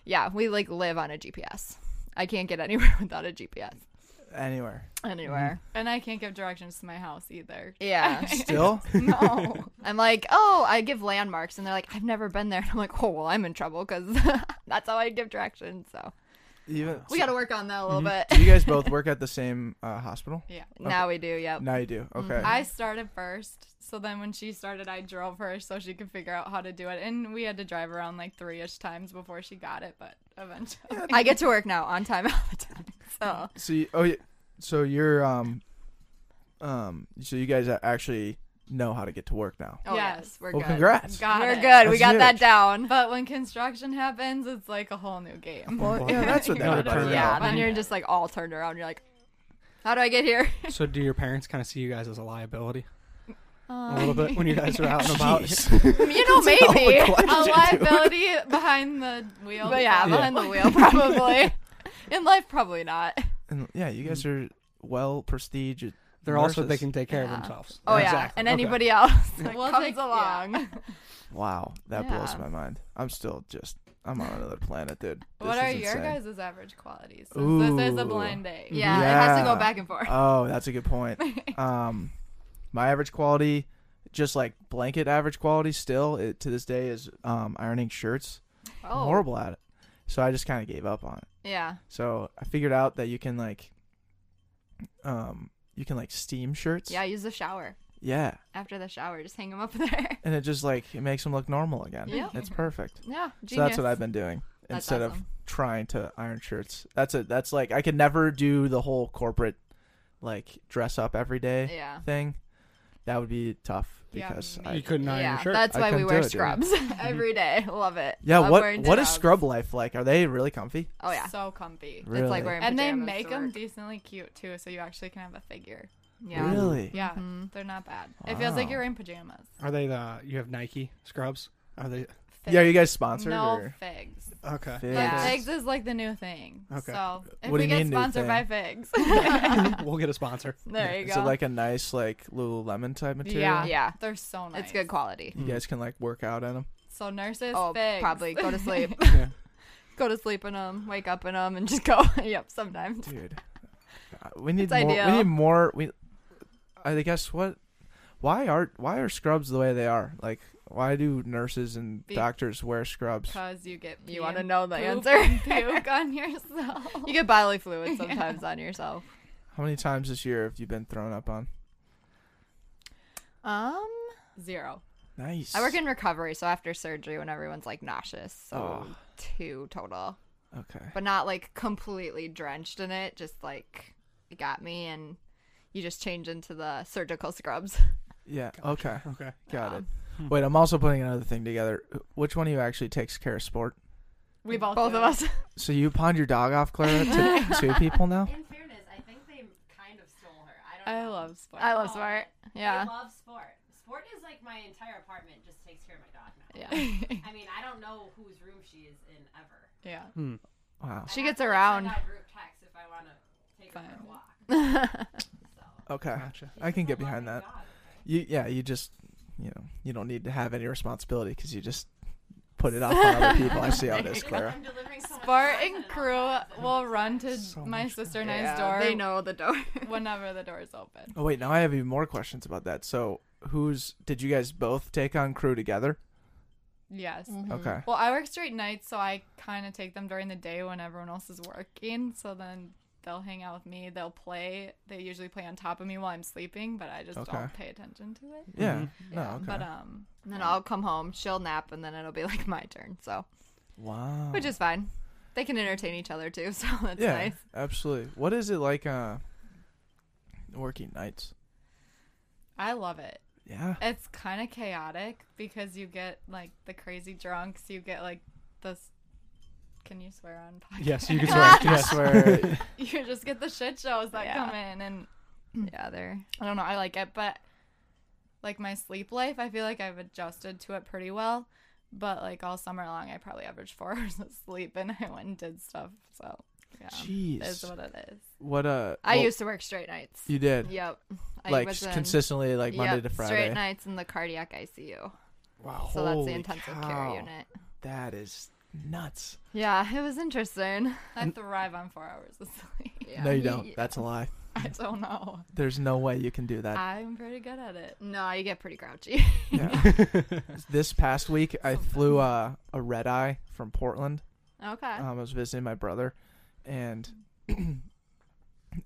Speaker 2: yeah, we like live on a GPS. I can't get anywhere without a GPS.
Speaker 1: Anywhere.
Speaker 2: Anywhere.
Speaker 6: And I can't give directions to my house either.
Speaker 2: Mm-hmm. Yeah.
Speaker 1: Still?
Speaker 2: no. I'm like, oh, I give landmarks, and they're like, I've never been there. And I'm like, oh, well, I'm in trouble because that's how I give directions. So
Speaker 1: Even
Speaker 2: we got to work on that a little
Speaker 4: Mm-hmm.
Speaker 2: bit.
Speaker 1: Do you guys both work at the same uh, hospital?
Speaker 6: Yeah.
Speaker 2: now we do, yep. Mm-hmm.
Speaker 1: Now you do. Okay.
Speaker 6: I started first, so then when she started, I drove her so she could figure out how to do it. And we had to drive around like three ish times before she got it, but eventually.
Speaker 2: I get to work now on time all the time. So
Speaker 1: So you, oh yeah, so you're um um so you guys a- actually know how to get to work now.
Speaker 2: oh, yes,
Speaker 6: Yes.
Speaker 2: we're
Speaker 1: Well,
Speaker 2: good.
Speaker 1: congrats.
Speaker 6: Got
Speaker 2: We're
Speaker 6: it.
Speaker 2: good.
Speaker 1: That's
Speaker 2: we got that
Speaker 1: huge.
Speaker 2: down.
Speaker 6: But when construction happens, it's like a whole new game.
Speaker 1: Well, yeah, that's what
Speaker 6: You
Speaker 1: that
Speaker 6: gotta
Speaker 1: would
Speaker 6: turn
Speaker 1: be.
Speaker 6: it
Speaker 2: yeah,
Speaker 6: Yeah.
Speaker 2: then you're just like all turned around. You're like, how do I get here?
Speaker 4: So do your parents kind of see you guys as a liability
Speaker 2: Uh,
Speaker 4: a little bit when you guys are out and about?
Speaker 2: you know, maybe.
Speaker 6: a liability behind the wheel.
Speaker 2: But yeah, behind the wheel, probably. In life, probably not.
Speaker 1: And, yeah, you guys are well prestige.
Speaker 4: They're also they
Speaker 1: Nurses.
Speaker 4: can take care
Speaker 2: Yeah.
Speaker 4: of themselves.
Speaker 2: Oh, yeah.
Speaker 1: Exactly.
Speaker 2: And
Speaker 4: Okay.
Speaker 2: anybody else that
Speaker 6: We'll
Speaker 2: comes
Speaker 6: take- yeah.
Speaker 2: along.
Speaker 1: Wow, that blows
Speaker 2: Yeah.
Speaker 1: my mind. I'm still just I'm on another planet, dude.
Speaker 6: What
Speaker 1: This
Speaker 6: are
Speaker 1: is
Speaker 6: your
Speaker 1: insane.
Speaker 6: guys' average qualities? Since this is a
Speaker 1: Ooh. Mm.
Speaker 6: blind date.
Speaker 2: Yeah, it has to
Speaker 1: Yeah.
Speaker 2: go back and forth.
Speaker 1: Oh, that's a good point. um, my average quality, just like blanket average quality, still it, to this day is um ironing shirts. I'm
Speaker 2: Oh.
Speaker 1: horrible at it, so I just kind of gave up on it.
Speaker 2: Yeah.
Speaker 1: So I figured out that you can like, um, you can like steam shirts.
Speaker 2: Yeah, use the shower.
Speaker 1: Yeah,
Speaker 2: After the shower, just hang them up there.
Speaker 1: and it just like it makes them look normal again.
Speaker 2: Yeah.
Speaker 1: it's perfect.
Speaker 2: Yeah,
Speaker 1: So
Speaker 2: genius.
Speaker 1: that's what I've been doing
Speaker 2: That's
Speaker 1: instead
Speaker 2: awesome.
Speaker 1: of trying to iron shirts. That's a that's like I could never do the whole corporate like dress up every day
Speaker 2: Yeah.
Speaker 1: thing. That would be tough
Speaker 6: Yeah,
Speaker 1: because
Speaker 6: me
Speaker 1: I
Speaker 4: You couldn't iron your
Speaker 2: Yeah,
Speaker 4: shirt.
Speaker 2: that's
Speaker 1: I
Speaker 2: why we
Speaker 1: couldn't
Speaker 2: wear
Speaker 1: do it, dude.
Speaker 2: scrubs every day. Love it.
Speaker 1: yeah,
Speaker 2: Love
Speaker 1: what
Speaker 2: wearing
Speaker 1: what is
Speaker 2: scrubs.
Speaker 1: scrub life like? Are they really comfy?
Speaker 2: Oh yeah,
Speaker 6: So comfy.
Speaker 1: Really?
Speaker 2: it's like wearing
Speaker 6: And they
Speaker 2: pajamas
Speaker 6: make
Speaker 2: to work.
Speaker 6: them decently cute too, so you actually can have a figure.
Speaker 2: Yeah. Mm-hmm.
Speaker 1: Really?
Speaker 6: Yeah, they're not bad. It feels like
Speaker 1: Wow.
Speaker 6: you're wearing pajamas.
Speaker 4: Are they the you have Nike scrubs? Are they
Speaker 6: Fig.
Speaker 1: Yeah, are you guys sponsored
Speaker 6: no
Speaker 1: or
Speaker 6: figs.
Speaker 4: okay?
Speaker 1: Figs.
Speaker 2: Yeah.
Speaker 6: But figs is like the new thing.
Speaker 4: Okay.
Speaker 6: So if
Speaker 1: What do
Speaker 6: we
Speaker 1: you
Speaker 6: get
Speaker 1: mean new
Speaker 6: sponsored
Speaker 1: thing?
Speaker 6: by figs,
Speaker 4: we'll get a sponsor.
Speaker 2: There you
Speaker 1: Is
Speaker 2: go.
Speaker 1: it like a nice like Lululemon type material?
Speaker 6: Yeah.
Speaker 2: yeah, Oh,
Speaker 6: they're so nice.
Speaker 2: it's good quality.
Speaker 1: You guys can like work out in them.
Speaker 6: So nurses,
Speaker 2: Oh,
Speaker 6: figs.
Speaker 2: probably go to sleep.
Speaker 4: Yeah.
Speaker 2: go to sleep in them. Wake up in them, and just go. yep, sometimes.
Speaker 1: dude. Uh, We need
Speaker 2: It's
Speaker 1: more. We
Speaker 2: ideal.
Speaker 1: need more. We, I guess what? Why are why are scrubs the way they are? Like, why do nurses and
Speaker 6: Be-
Speaker 1: doctors wear scrubs?
Speaker 6: Because you get
Speaker 2: You
Speaker 6: pee
Speaker 2: want to
Speaker 6: and
Speaker 2: know the
Speaker 6: poop
Speaker 2: answer?
Speaker 6: and puke on yourself.
Speaker 2: you get bodily fluids sometimes on yourself.
Speaker 1: How many times this year have you been thrown up on?
Speaker 2: Um,
Speaker 6: Zero.
Speaker 1: Nice.
Speaker 2: I work in recovery, so after surgery, when everyone's like nauseous, so
Speaker 1: Oh.
Speaker 2: two total.
Speaker 1: Okay.
Speaker 2: but not like completely drenched in it. Just like it got me, and you just change into the surgical scrubs.
Speaker 1: Yeah. Okay.
Speaker 4: Mm. Okay.
Speaker 1: Got it. Wait, I'm also putting another thing together. Uh, Which one of you actually takes care of sport?
Speaker 6: We both.
Speaker 2: Both of us.
Speaker 1: So you pawned your dog off, Clara, to two people now.
Speaker 7: In fairness, I think they kind of stole her. I don't
Speaker 6: I
Speaker 7: know.
Speaker 6: love sports.
Speaker 2: I love sport. Yeah.
Speaker 7: I love sport. Sport is like my entire apartment just takes care of my dog now.
Speaker 2: Yeah.
Speaker 7: I mean, I don't know whose room she is in ever.
Speaker 6: yeah.
Speaker 1: Wow.
Speaker 2: She
Speaker 7: I
Speaker 2: gets
Speaker 7: have to, like,
Speaker 2: around.
Speaker 7: Send out group texts if I want to take her for
Speaker 6: Fun.
Speaker 7: a walk.
Speaker 1: Okay.
Speaker 4: Gotcha.
Speaker 1: I can get
Speaker 7: I love
Speaker 1: behind
Speaker 7: my
Speaker 1: that.
Speaker 7: dog.
Speaker 1: you yeah you just you know you don't need to have any responsibility because you just put it off on other people i see how it is clara
Speaker 7: I'm delivering so much
Speaker 6: Bart
Speaker 7: content
Speaker 6: and
Speaker 7: all
Speaker 6: crew
Speaker 7: the time, so
Speaker 6: will
Speaker 7: it's
Speaker 6: run
Speaker 7: like-
Speaker 6: to
Speaker 4: So
Speaker 6: my
Speaker 4: much
Speaker 6: sister and
Speaker 2: Yeah,
Speaker 6: I's door
Speaker 2: They know the door.
Speaker 6: whenever the door is open.
Speaker 1: oh wait now i have even more questions about that so who's did you guys both take on crew together
Speaker 6: Yes.
Speaker 2: Mm-hmm.
Speaker 1: okay
Speaker 6: Well, I work straight nights, so I kind of take them during the day when everyone else is working. So then they'll hang out with me. They'll play. They usually play on top of me while I'm sleeping, but I just
Speaker 1: Okay.
Speaker 6: don't pay attention to it.
Speaker 1: yeah no
Speaker 2: Mm-hmm. Yeah, uh,
Speaker 1: okay
Speaker 6: But um,
Speaker 2: and then I'll come home. She'll nap, and then it'll be like my turn. So,
Speaker 1: wow
Speaker 2: which is fine. They can entertain each other too, so that's
Speaker 1: Oh. yeah
Speaker 2: nice.
Speaker 1: absolutely what is it like uh working nights
Speaker 6: I love it.
Speaker 1: yeah
Speaker 6: It's kind of chaotic because you get like the crazy drunks, you get like the s- Can you swear on podcast?
Speaker 4: Yes, you can swear.
Speaker 1: I
Speaker 4: yes.
Speaker 1: swear.
Speaker 6: you just get the shit shows that
Speaker 2: Yeah.
Speaker 6: come in and
Speaker 2: Yeah, they're
Speaker 6: I don't know, I like it, but like my sleep life, I feel like I've adjusted to it pretty well. But like all summer long I probably averaged four hours of sleep and I went and did stuff. So yeah.
Speaker 1: Jeez.
Speaker 6: Is what it is.
Speaker 1: What a.
Speaker 2: I
Speaker 1: well,
Speaker 2: used to work straight nights.
Speaker 1: You did.
Speaker 2: Yep. I
Speaker 1: like
Speaker 2: was in-
Speaker 1: consistently, like Monday
Speaker 2: yep,
Speaker 1: to
Speaker 2: Straight
Speaker 1: Friday.
Speaker 2: nights in the cardiac ICU.
Speaker 1: Wow.
Speaker 2: So that's
Speaker 1: holy
Speaker 2: the intensive
Speaker 1: cow.
Speaker 2: care unit.
Speaker 1: That is nuts.
Speaker 2: Yeah, it was interesting.
Speaker 6: I thrive on four hours of sleep.
Speaker 2: Yeah.
Speaker 1: No, you don't. That's a lie.
Speaker 6: I don't know.
Speaker 1: There's no way you can do that.
Speaker 6: I'm pretty good at it.
Speaker 2: No, you get pretty grouchy.
Speaker 1: Yeah. this past week, I flew uh, a red eye from Portland.
Speaker 2: okay.
Speaker 1: Um, I was visiting my brother, and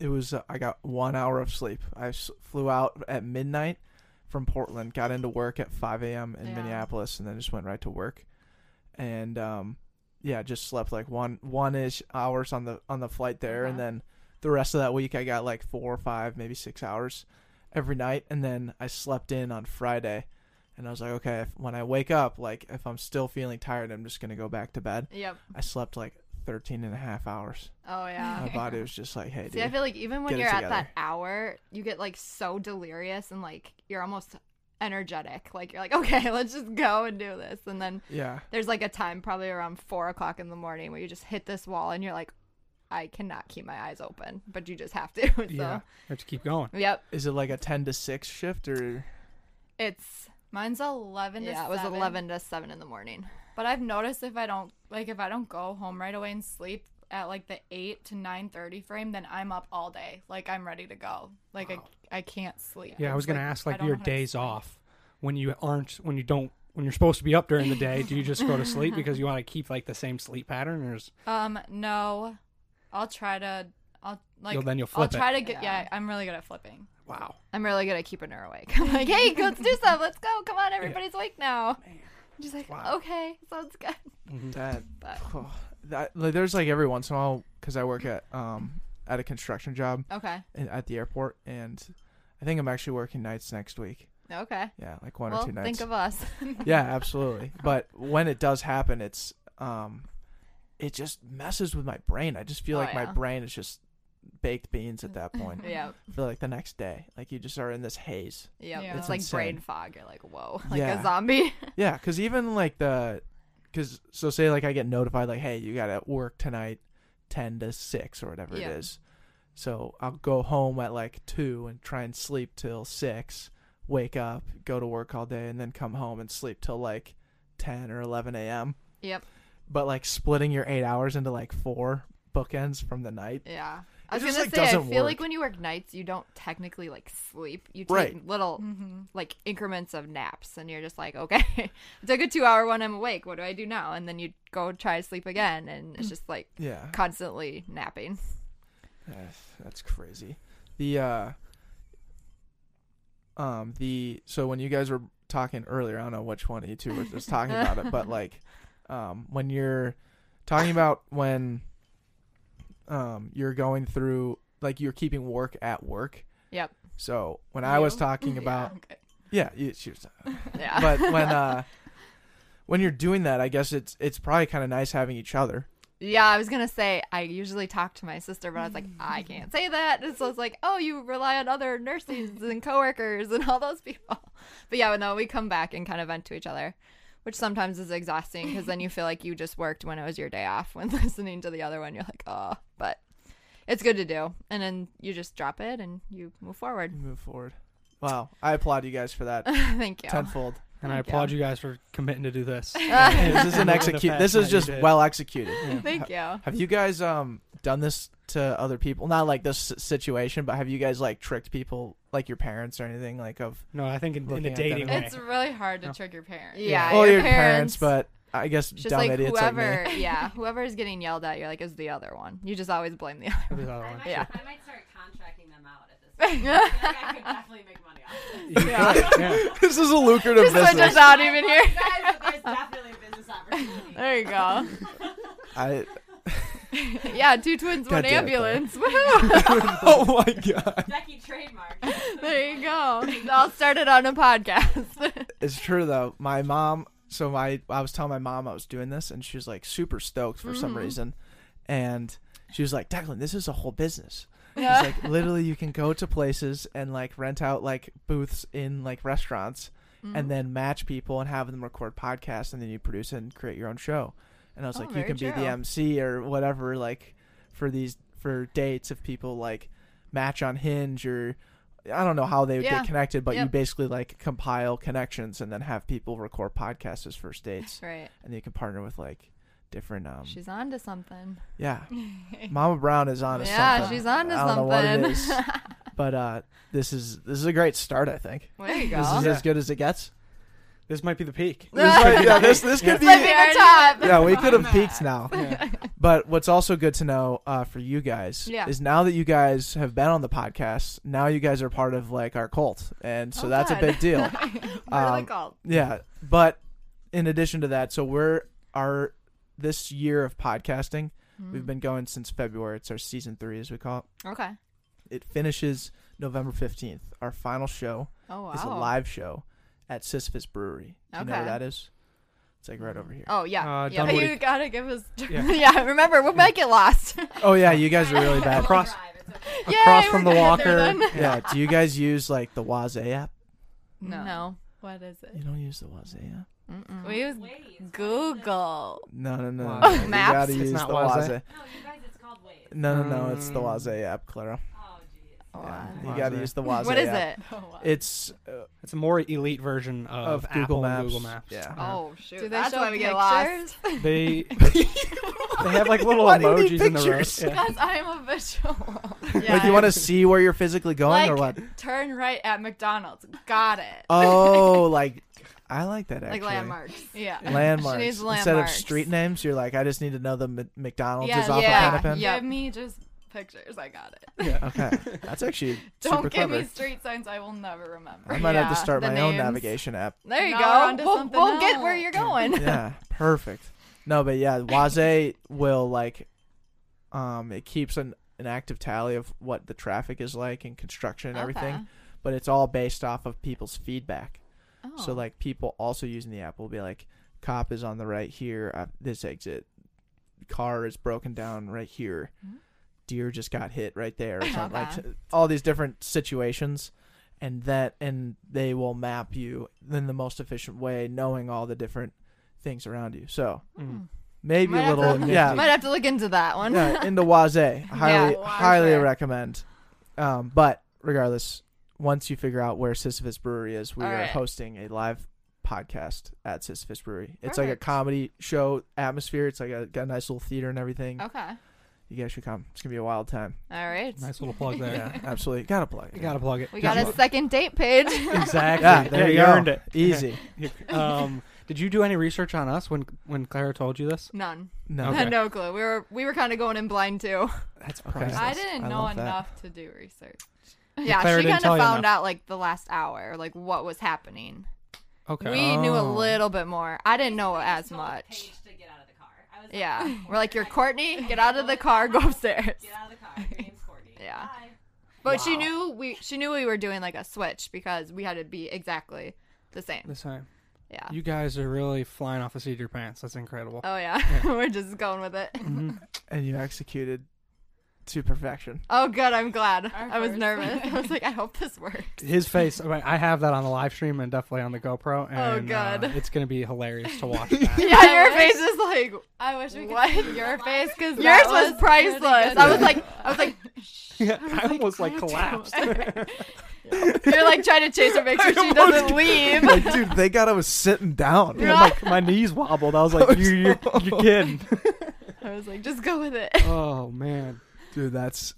Speaker 1: it was uh, I got one hour of sleep. I s- flew out at midnight from Portland, got into work at 5 a.m. in
Speaker 2: Yeah.
Speaker 1: Minneapolis, and then just went right to work. And um, yeah, just slept like one one ish hours on the on the flight there, and
Speaker 6: Uh-huh.
Speaker 1: then the rest of that week I got like four or five, maybe six hours every night, and then I slept in on Friday. And I was like, okay, if, when I wake up, like if I'm still feeling tired, I'm just gonna go back to bed.
Speaker 2: yep.
Speaker 1: I slept like 13 and a half hours.
Speaker 2: Oh yeah.
Speaker 1: My body was just like, hey,
Speaker 2: See, I
Speaker 1: dude.
Speaker 2: feel like even when
Speaker 1: Get it
Speaker 2: you're at
Speaker 1: together.
Speaker 2: that hour, you get like so delirious and like you're almost energetic. Like you're like, okay, let's just go and do this. And then
Speaker 1: Yeah.
Speaker 2: there's like a time probably around four o'clock in the morning where you just hit this wall and you're like, I cannot keep my eyes open, but you just have to. so,
Speaker 4: Yeah. Have to keep going.
Speaker 2: yep,
Speaker 1: Is it like a 10 to 6 shift or?
Speaker 2: it's
Speaker 6: Mine's eleven to
Speaker 2: yeah, it was
Speaker 6: seven.
Speaker 2: eleven to seven in the morning.
Speaker 6: But I've noticed if I don't like if I don't go home right away and sleep at like the eight to nine thirty frame, then I'm up all day. Like I'm ready to go. Like I I can't sleep.
Speaker 4: Yeah, I was gonna
Speaker 6: Like,
Speaker 4: ask
Speaker 6: I
Speaker 4: like
Speaker 6: don't
Speaker 4: your
Speaker 6: know how to
Speaker 4: days
Speaker 6: sleep.
Speaker 4: off when you aren't when you don't when you're supposed to be up during the day. do you just go to sleep because you want to keep like the same sleep pattern, or is,
Speaker 6: Um, no, I'll try to. I'll like.
Speaker 4: You'll- then you'll
Speaker 6: I'll
Speaker 4: flip it.
Speaker 6: try to get. Yeah.
Speaker 2: Yeah.
Speaker 6: I'm really good at flipping.
Speaker 4: wow?
Speaker 2: I'm really good at keeping her awake. I'm like, hey, let's do some. Let's go. Come on, everybody's awake now. She's like,
Speaker 4: Wow.
Speaker 2: okay, sounds good.
Speaker 4: Mm-hmm.
Speaker 1: That,
Speaker 2: But
Speaker 1: oh, that like, there's like every once in a while because I work at um at a construction job
Speaker 2: okay,
Speaker 1: in, at the airport and I think I'm actually working nights next week.
Speaker 2: okay.
Speaker 1: Yeah, like one or
Speaker 2: well,
Speaker 1: two nights.
Speaker 2: think of us.
Speaker 1: yeah, absolutely. But when it does happen, it's um, it just messes with my brain. I just feel
Speaker 2: Oh,
Speaker 1: like my
Speaker 2: yeah.
Speaker 1: brain is just baked beans at that point.
Speaker 2: yeah.
Speaker 1: I feel like the next day, like you just are in this haze.
Speaker 2: Yep.
Speaker 6: Yeah.
Speaker 2: It's
Speaker 1: It's
Speaker 2: like
Speaker 1: insane.
Speaker 2: brain fog. You're like, whoa, like
Speaker 1: Yeah.
Speaker 2: a zombie.
Speaker 1: Yeah, because even like the, because so say like I get notified like, hey, you gotta work tonight, ten to six or whatever
Speaker 2: Yeah.
Speaker 1: it is. So I'll go home at like two and try and sleep till six. Wake up, go to work all day, and then come home and sleep till like ten or eleven a.m.
Speaker 2: Yep.
Speaker 1: But like splitting your eight hours into like four bookends from the night.
Speaker 2: Yeah.
Speaker 1: It
Speaker 2: I was
Speaker 1: just,
Speaker 2: gonna
Speaker 1: like,
Speaker 2: say, I
Speaker 1: doesn't
Speaker 2: feel
Speaker 1: work.
Speaker 2: like when you work nights, you don't technically like sleep. You take
Speaker 1: Right.
Speaker 2: little
Speaker 6: Mm-hmm.
Speaker 2: like increments of naps, and you're just like, okay, I took a two-hour one. I'm awake. What do I do now? And then you go try to sleep again, and
Speaker 1: Mm.
Speaker 2: it's just like
Speaker 1: Yeah.
Speaker 2: constantly napping.
Speaker 1: Yeah, Eh, that's crazy. The uh um the so when you guys were talking earlier, I don't know which one of you two was just talking about it, but like um when you're talking about when um you're going through like you're keeping work at work.
Speaker 2: Yep.
Speaker 1: So when I was
Speaker 6: You?
Speaker 1: talking about
Speaker 6: Okay.
Speaker 1: yeah, you, she was
Speaker 2: Yeah.
Speaker 1: but when uh when you're doing that, I guess it's it's probably kind of nice having each other.
Speaker 2: Yeah, I was gonna say I usually talk to my sister, but I was like, I can't say that. And so it's like, oh, you rely on other nurses and coworkers and all those people. But yeah, no, we come back and kind of vent to each other, which sometimes is exhausting because then you feel like you just worked when it was your day off. When listening to the other one, you're like, oh, but it's good to do. And then you just drop it and you move forward.
Speaker 1: Move forward. Wow, I applaud you guys for that
Speaker 2: Thank you.
Speaker 1: tenfold.
Speaker 4: And I
Speaker 2: Thank you.
Speaker 4: applaud you guys for committing to do this.
Speaker 1: Hey, this is an
Speaker 4: Yeah.
Speaker 1: execute.
Speaker 4: The
Speaker 1: This is
Speaker 4: fact that you
Speaker 1: just
Speaker 4: did.
Speaker 1: well executed.
Speaker 2: Thank you.
Speaker 1: Have you guys um done this to other people? Not like this s- situation, but have you guys like tricked people, like your parents or anything, like of?
Speaker 4: No, I think in, in
Speaker 1: Looking
Speaker 4: the
Speaker 1: at
Speaker 4: dating
Speaker 1: that.
Speaker 4: way.
Speaker 6: It's really hard to
Speaker 4: No.
Speaker 6: trick your parents.
Speaker 2: Yeah,
Speaker 1: well,
Speaker 2: your,
Speaker 1: "Oh, your parents, but I guess
Speaker 2: Just
Speaker 1: dumb
Speaker 2: like
Speaker 1: idiots
Speaker 2: whoever,
Speaker 1: like
Speaker 2: yeah, whoever is getting yelled at, you're like, is the other one. You just always blame the other one.
Speaker 4: The other
Speaker 7: I
Speaker 4: one.
Speaker 7: might,
Speaker 2: Yeah.
Speaker 7: I might start contracting them out at this point. I feel like I could definitely make money off this.
Speaker 4: Yeah.
Speaker 1: me. this is a lucrative
Speaker 2: Switch us
Speaker 1: business.
Speaker 2: out even here.
Speaker 7: Guys, but there's definitely a business opportunity.
Speaker 2: There you go.
Speaker 1: I,
Speaker 2: Yeah, two twins,
Speaker 1: God
Speaker 2: one
Speaker 1: damn it, Claire.
Speaker 2: ambulance. Woohoo!
Speaker 1: oh my god,
Speaker 7: Becky trademark.
Speaker 2: There you go. It all started on a podcast.
Speaker 1: it's true though. My mom. so my I was telling my mom I was doing this, and she was like super stoked for
Speaker 2: Mm-hmm.
Speaker 1: some reason, and she was like, "Declan, this is a whole business." She's like, literally, you can go to places and like rent out like booths in like restaurants,
Speaker 2: Mm.
Speaker 1: and then match people and have them record podcasts, and then you produce it and create your own show. And I was
Speaker 2: Oh,
Speaker 1: like, you
Speaker 2: very
Speaker 1: can be
Speaker 2: true.
Speaker 1: the MC or whatever, like for these for dates if people like match on Hinge or I don't know how they would
Speaker 2: Yeah.
Speaker 1: get connected, but you
Speaker 2: Yep.
Speaker 1: basically like compile connections and then have people record podcasts as first dates,
Speaker 2: Right.
Speaker 1: and then you can partner with like different um
Speaker 2: She's on to something.
Speaker 1: yeah. Mama Brown is on to
Speaker 2: yeah,
Speaker 1: something.
Speaker 2: she's on to
Speaker 1: I don't know
Speaker 2: something.
Speaker 1: what it is, but uh, this is this is a great start. I think
Speaker 2: there you go.
Speaker 1: this is
Speaker 4: Yeah.
Speaker 1: as good as it gets.
Speaker 4: This might be the peak.
Speaker 1: yeah, this this could be
Speaker 2: Might be our top.
Speaker 1: yeah, we could have peaked now. But what's also good to know uh, for you guys
Speaker 2: Yeah.
Speaker 1: is now that you guys have been on the podcast, now you guys are part of like our cult, and so
Speaker 2: Oh,
Speaker 1: that's
Speaker 2: God.
Speaker 1: a big deal.
Speaker 2: What are they
Speaker 1: Um,
Speaker 2: called?
Speaker 1: yeah, but in addition to that, so we're our this year of podcasting, we've been going since February. It's our season three, as we call it.
Speaker 2: Mm. Okay.
Speaker 1: It finishes November fifteenth. Our final show
Speaker 2: Oh wow.
Speaker 1: is a live show at Sisyphus Brewery. Do you know where
Speaker 2: Okay.
Speaker 1: that is? It's like right over here.
Speaker 2: Oh yeah.
Speaker 4: Uh,
Speaker 2: yeah.
Speaker 4: Dunwoody.
Speaker 6: You gotta give us.
Speaker 4: Yeah.
Speaker 2: yeah. Remember, we might get lost.
Speaker 1: Oh yeah, you guys are really bad.
Speaker 4: Across,
Speaker 7: Drive, it's okay.
Speaker 4: across from the walker.
Speaker 1: Yeah. Do you guys use like the Waze app?
Speaker 6: No.
Speaker 2: No.
Speaker 6: What is it?
Speaker 1: You don't use the Waze app? Mm.
Speaker 2: Mm-mm.
Speaker 6: We use
Speaker 7: Waze.
Speaker 6: Google.
Speaker 1: No, no, no.
Speaker 4: Wow.
Speaker 1: no, no.
Speaker 2: Maps?
Speaker 1: You gotta
Speaker 4: It's
Speaker 1: use
Speaker 4: not
Speaker 1: the
Speaker 4: Waze.
Speaker 1: Waze.
Speaker 7: No, you guys, it's called Waze.
Speaker 1: No, no, no.
Speaker 2: Mm.
Speaker 1: It's the Waze app, Clara.
Speaker 7: Oh, jeez.
Speaker 1: Yeah,
Speaker 2: Wow.
Speaker 1: You gotta
Speaker 4: Waze.
Speaker 1: use the Waze.
Speaker 2: What is
Speaker 1: app.
Speaker 2: it?
Speaker 1: It's uh,
Speaker 4: It's a more elite version of,
Speaker 1: Of Google
Speaker 4: Apple and
Speaker 1: Maps.
Speaker 4: Google Maps.
Speaker 1: Yeah.
Speaker 2: Oh shoot.
Speaker 6: Do they
Speaker 2: That's
Speaker 6: show
Speaker 2: why we get lost.
Speaker 6: pictures?
Speaker 4: They they have like little
Speaker 1: Why do you need
Speaker 4: emojis in the road.
Speaker 1: pictures?
Speaker 4: Yeah.
Speaker 6: Because I'm a visual.
Speaker 1: like you want to see where you're physically going or what?
Speaker 6: like turn right at McDonald's. Got it.
Speaker 1: Oh, like I like that actually.
Speaker 2: Like landmarks.
Speaker 6: Yeah.
Speaker 1: Landmarks.
Speaker 2: She needs
Speaker 1: Instead of
Speaker 2: landmarks.
Speaker 1: street names, you're like, I just need to know the M- McDonald's
Speaker 6: Yeah,
Speaker 1: is off
Speaker 2: yeah,
Speaker 1: of Hennepin.
Speaker 2: yeah.
Speaker 6: Give me just pictures. I got it.
Speaker 1: Okay, that's actually
Speaker 6: Don't
Speaker 1: super
Speaker 6: give
Speaker 1: clever.
Speaker 6: me street signs. I will never remember.
Speaker 1: I might have to
Speaker 2: yeah,
Speaker 1: start
Speaker 2: the
Speaker 1: my own
Speaker 2: names.
Speaker 1: navigation app.
Speaker 2: There you
Speaker 6: Now we're
Speaker 2: go.
Speaker 6: onto
Speaker 2: We'll,
Speaker 6: something
Speaker 2: we'll get where
Speaker 6: else.
Speaker 2: you're going.
Speaker 1: yeah, perfect. No, but yeah, Waze will like, um, it keeps an an active tally of what the traffic is like and construction and
Speaker 2: Okay.
Speaker 1: everything, but it's all based off of people's feedback.
Speaker 2: Oh.
Speaker 1: So like people also using the app will be like, cop is on the right here at this exit, car is broken down right here, deer just got hit right there, or something like
Speaker 2: Hmm. Okay.
Speaker 1: t- all these different situations, and that and they will map you in the most efficient way, knowing all the different things around you. So
Speaker 4: Mm.
Speaker 1: maybe
Speaker 2: Hmm. Might
Speaker 1: a
Speaker 2: have
Speaker 1: little
Speaker 2: to-
Speaker 1: yeah,
Speaker 2: Might have to look into that one.
Speaker 1: yeah into Waze. Highly
Speaker 2: Waze.
Speaker 1: highly recommend. Um, but regardless, once you figure out where Sisyphus Brewery is, we
Speaker 2: All
Speaker 1: are
Speaker 2: right.
Speaker 1: hosting a live podcast at Sisyphus Brewery. It's like a
Speaker 2: Perfect.
Speaker 1: comedy show atmosphere. It's like a, got a nice little theater and everything.
Speaker 2: Okay.
Speaker 1: You guys should come. It's gonna be a wild time.
Speaker 2: All right.
Speaker 4: Nice little plug there.
Speaker 1: Yeah, absolutely. Gotta plug. it.
Speaker 4: You gotta plug it.
Speaker 2: We got a second date page.
Speaker 4: exactly.
Speaker 1: Yeah, there you
Speaker 4: you
Speaker 1: go.
Speaker 4: earned it.
Speaker 1: Easy.
Speaker 4: um, did you do any research on us when when Clara told you this?
Speaker 2: None.
Speaker 1: No.
Speaker 4: Okay.
Speaker 2: no clue. We were we were kind of going in blind too.
Speaker 4: That's
Speaker 1: priceless.
Speaker 6: I didn't
Speaker 1: I
Speaker 6: know
Speaker 1: love that.
Speaker 6: enough to do research.
Speaker 2: Yeah,
Speaker 4: Clara
Speaker 2: she
Speaker 4: didn't
Speaker 2: kind
Speaker 4: tell
Speaker 2: of
Speaker 4: you
Speaker 2: found
Speaker 4: enough.
Speaker 2: out like the last hour, like what was happening.
Speaker 4: Okay.
Speaker 2: We knew a
Speaker 1: Oh.
Speaker 2: little bit more. I didn't know Oh, as
Speaker 7: Told
Speaker 2: much.
Speaker 7: Paige to get out of the car. I was like,
Speaker 2: Yeah, we're like, "You're Courtney. Get out of the car. Go upstairs."
Speaker 7: get out of the car. Your name's Courtney.
Speaker 2: Yeah.
Speaker 7: Bye.
Speaker 2: But she knew we she knew we were doing like a switch because we had to be exactly the same.
Speaker 4: this time.
Speaker 2: Yeah.
Speaker 4: You guys are really flying off the seat of your pants. That's incredible.
Speaker 2: Oh yeah, we're just going with it.
Speaker 1: And you executed to perfection.
Speaker 2: Oh good, I'm glad.
Speaker 6: Our
Speaker 2: I was
Speaker 6: first.
Speaker 2: nervous. I was like, I hope this works.
Speaker 4: His face. I, mean, I have that on the live stream and definitely on the GoPro. And, uh,
Speaker 2: Oh, God.
Speaker 4: it's gonna be hilarious to watch. That.
Speaker 2: Yeah, your face is like
Speaker 6: I wish we could
Speaker 2: What?
Speaker 6: see your face because
Speaker 2: yours was, priceless. I was like, I was like,
Speaker 4: yeah,
Speaker 2: Oh
Speaker 4: I almost like collapsed.
Speaker 2: you're like trying to chase her, make sure she doesn't leave.
Speaker 1: Like, dude, thank God I was sitting down.
Speaker 4: Yeah, my, my knees wobbled. I was like, you, you're, you're kidding.
Speaker 2: I was like, just go with it.
Speaker 4: oh, man.
Speaker 1: Dude, that's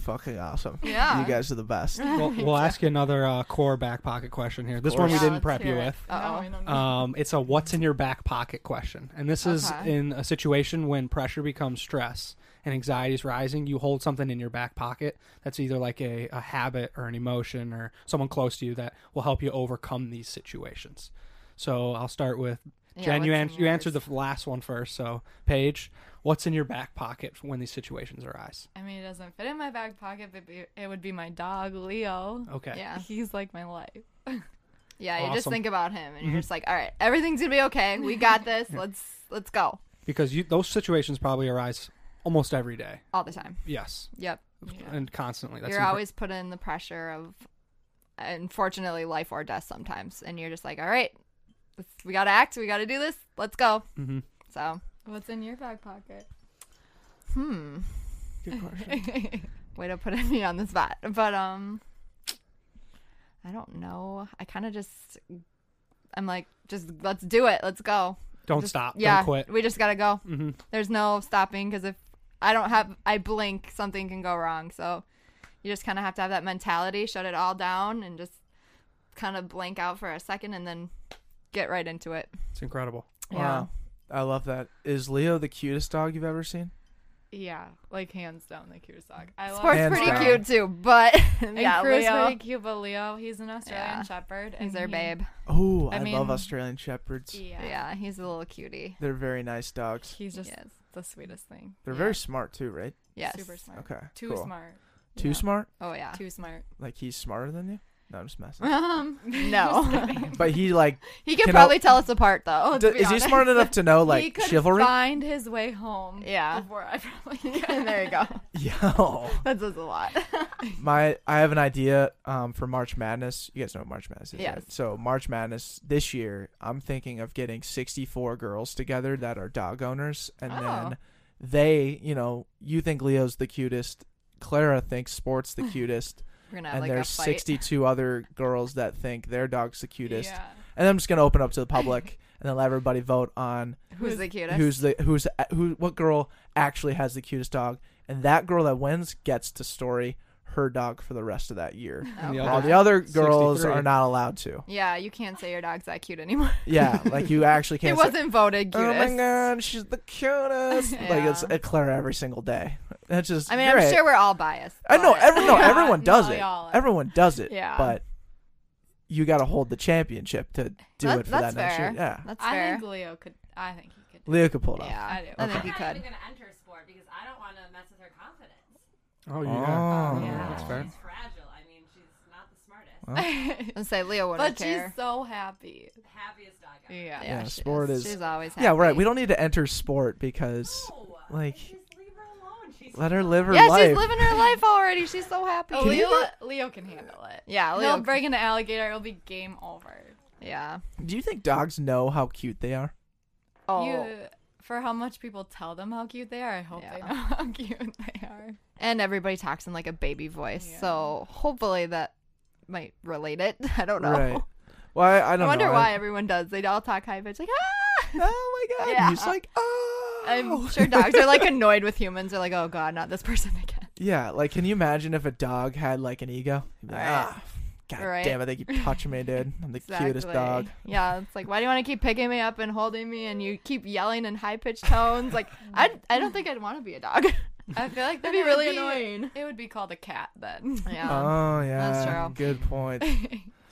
Speaker 1: fucking awesome.
Speaker 2: Yeah.
Speaker 1: You guys are the best.
Speaker 4: We'll, we'll ask you another uh, core back pocket question here. This one we
Speaker 2: course. Yeah,
Speaker 4: didn't
Speaker 2: let's
Speaker 4: prep
Speaker 2: hear
Speaker 4: you
Speaker 2: it.
Speaker 4: with.
Speaker 6: No,
Speaker 2: Uh-oh.
Speaker 6: we don't know.
Speaker 4: Um, it's a what's in your back pocket question. And this is
Speaker 2: Okay.
Speaker 4: in a situation when pressure becomes stress and anxiety is rising. You hold something in your back pocket that's either like a, a habit or an emotion or someone close to you that will help you overcome these situations. So I'll start with
Speaker 2: Yeah,
Speaker 4: Jen. You,
Speaker 2: what's
Speaker 4: an-
Speaker 2: in
Speaker 4: you answered the
Speaker 2: yours?
Speaker 4: f- last one first. So, Paige, what's in your back pocket when these situations arise?
Speaker 6: I mean, it doesn't fit in my back pocket, but it- it would be my dog Leo.
Speaker 4: Okay.
Speaker 2: Yeah.
Speaker 6: He's like my life.
Speaker 2: Yeah, you just
Speaker 4: Awesome.
Speaker 2: think about him, and you're just like, all right, everything's gonna be okay. We got this. Let's let's go
Speaker 4: because you, those situations probably arise almost every day.
Speaker 2: all the time.
Speaker 4: Yes,
Speaker 2: Yep,
Speaker 4: and constantly. That's
Speaker 2: you're
Speaker 4: incre-
Speaker 2: always put in the pressure of, unfortunately, life or death sometimes, and you're just like, all right, let's- we gotta act. We gotta do this. Let's go.
Speaker 4: Mhm.
Speaker 2: So,
Speaker 6: What's in your back pocket?
Speaker 2: hmm,
Speaker 3: Good question.
Speaker 2: way to put me on the spot, but um, I don't know. I kind of just, I'm like, just let's do it. Let's go.
Speaker 4: don't
Speaker 2: Just-
Speaker 4: stop.
Speaker 2: Yeah,
Speaker 4: Don't quit.
Speaker 2: we just gotta go.
Speaker 4: hmm
Speaker 2: there's no stopping because if I don't have I blink, something can go wrong. So you just kind of have to have that mentality, shut it all down, and just kind of blank out for a second, and then get right into it.
Speaker 4: It's incredible.
Speaker 1: Wow. I love that. Is Leo the cutest dog you've ever seen?
Speaker 6: Yeah, like hands down, the cutest dog. I love
Speaker 2: Sports
Speaker 1: Hands
Speaker 2: pretty
Speaker 1: down.
Speaker 2: cute too, but
Speaker 6: And
Speaker 2: yeah,
Speaker 6: Crew's
Speaker 2: Leo,
Speaker 6: pretty cute, but Leo, he's an Australian
Speaker 2: Yeah.
Speaker 6: Shepherd.
Speaker 2: he's
Speaker 6: and
Speaker 2: their
Speaker 6: he-
Speaker 2: babe.
Speaker 1: Oh, I,
Speaker 6: I
Speaker 1: love
Speaker 6: mean-
Speaker 1: Australian shepherds.
Speaker 6: Yeah.
Speaker 2: Yeah. he's a little cutie.
Speaker 1: They're very nice dogs.
Speaker 6: He's just
Speaker 2: Yes.
Speaker 6: the sweetest thing.
Speaker 1: They're very smart too, right?
Speaker 2: Yes.
Speaker 6: Super smart.
Speaker 1: Okay.
Speaker 6: Too
Speaker 1: cool.
Speaker 6: smart.
Speaker 1: Too
Speaker 6: Yeah.
Speaker 1: smart?
Speaker 2: Oh yeah.
Speaker 6: Too smart.
Speaker 1: Like he's smarter than you? No, I'm just messing.
Speaker 2: Um,
Speaker 6: Just
Speaker 2: no,
Speaker 6: kidding.
Speaker 1: but he like
Speaker 2: he can,
Speaker 1: Can I-
Speaker 2: probably tell us apart though. to
Speaker 1: d-
Speaker 2: be
Speaker 1: is he
Speaker 2: honest.
Speaker 1: smart enough to know
Speaker 6: he
Speaker 1: like
Speaker 6: could
Speaker 1: chivalry?
Speaker 6: find his way home.
Speaker 2: Yeah.
Speaker 6: Before I probably
Speaker 2: there you go.
Speaker 1: Yo.
Speaker 2: That says a lot.
Speaker 1: My I have an idea um for March Madness. You guys know what March Madness is. Right?
Speaker 2: Yes.
Speaker 1: So March Madness this year, I'm thinking of getting 64 girls together that are dog owners and
Speaker 2: Oh.
Speaker 1: then they, you know, you think Leo's the cutest, Clara thinks Sport's the cutest,
Speaker 2: We're gonna have
Speaker 1: and
Speaker 2: like
Speaker 1: there's
Speaker 2: a fight.
Speaker 1: 62 other girls that think their dog's the cutest.
Speaker 6: Yeah.
Speaker 1: And I'm just going to open up to the public and then let everybody vote on
Speaker 2: Who's the cutest?
Speaker 1: who's the who's who what girl actually has the cutest dog and that girl that wins gets to story her dog for the rest of that year
Speaker 2: Oh,
Speaker 4: the
Speaker 1: all
Speaker 4: other-
Speaker 1: the other girls
Speaker 4: 63.
Speaker 1: are not allowed to
Speaker 2: Yeah, you can't say your dog's that cute anymore.
Speaker 1: yeah like you actually
Speaker 2: it
Speaker 1: can't say,
Speaker 2: wasn't voted
Speaker 1: oh
Speaker 2: cutest.
Speaker 1: my god she's the cutest like it's
Speaker 2: Yeah.
Speaker 1: a Clara every single day that's just
Speaker 2: I mean,
Speaker 1: great.
Speaker 2: I'm sure we're all biased.
Speaker 1: I know
Speaker 2: but-
Speaker 1: every, no,
Speaker 6: Yeah,
Speaker 1: everyone does
Speaker 6: no,
Speaker 1: it
Speaker 6: y'all are.
Speaker 1: everyone does it
Speaker 2: Yeah.
Speaker 1: but you got to hold the championship to do
Speaker 2: That-
Speaker 1: it for that
Speaker 2: that's
Speaker 1: next
Speaker 2: fair.
Speaker 1: year yeah
Speaker 2: That's
Speaker 6: I
Speaker 2: fair.
Speaker 6: think Leo could. I think he could.
Speaker 1: Leo could pull it off
Speaker 2: yeah,
Speaker 6: I do.
Speaker 2: I think
Speaker 1: Okay.
Speaker 2: you
Speaker 7: I'm not
Speaker 2: could.
Speaker 7: even gonna enter sport because I don't want to mess with her confidence.
Speaker 4: Oh,
Speaker 1: yeah. Oh.
Speaker 6: Yeah.
Speaker 4: That's fair.
Speaker 7: She's fragile. I mean, she's not the smartest,
Speaker 2: And say Leo wouldn't
Speaker 6: but
Speaker 2: care.
Speaker 6: she's so happy.
Speaker 7: happiest dog ever.
Speaker 6: Yeah.
Speaker 1: Yeah,
Speaker 2: she
Speaker 1: sport is-
Speaker 2: She's always happy.
Speaker 1: yeah right we don't need to enter sport because
Speaker 7: No,
Speaker 1: like
Speaker 7: just leave her alone. She's
Speaker 1: Let her live her
Speaker 2: Yeah,
Speaker 1: life.
Speaker 2: she's living her life already. She's so happy.
Speaker 6: Oh, Leo, Leo can handle it.
Speaker 2: Yeah, Leo.
Speaker 6: He'll bring an alligator. It'll be game over.
Speaker 2: yeah.
Speaker 1: Do you think dogs know how cute they are?
Speaker 2: Oh,
Speaker 6: You, for how much people tell them how cute they are, I hope they
Speaker 2: Yeah.
Speaker 6: know how cute they are.
Speaker 2: and everybody talks in like a baby voice,
Speaker 6: Yeah.
Speaker 2: so hopefully that might relate it. I don't know.
Speaker 1: Right. Well, I, I
Speaker 2: I,
Speaker 1: don't
Speaker 2: wonder
Speaker 1: know.
Speaker 2: why everyone does. They all talk high pitch like ah.
Speaker 1: Oh my god.
Speaker 2: Yeah.
Speaker 1: He's like, oh.
Speaker 2: I'm sure dogs are like annoyed with humans. They're like, oh god, not this person again.
Speaker 1: yeah. Like, can you imagine if a dog had like an ego? He'd be like,
Speaker 2: Right.
Speaker 1: ah, god
Speaker 2: Right.
Speaker 1: damn it, they keep touching me, dude. I'm the cutest dog.
Speaker 2: Yeah, it's like, why do you want to keep picking me up and holding me, and you keep yelling in high pitched tones? Like, I I don't think I'd want to be a dog.
Speaker 6: I feel
Speaker 2: That'd
Speaker 6: like then
Speaker 2: be
Speaker 6: it would
Speaker 2: really annoying.
Speaker 6: It would be called a cat then.
Speaker 2: Yeah,
Speaker 1: oh yeah.
Speaker 2: that's true.
Speaker 1: Good point.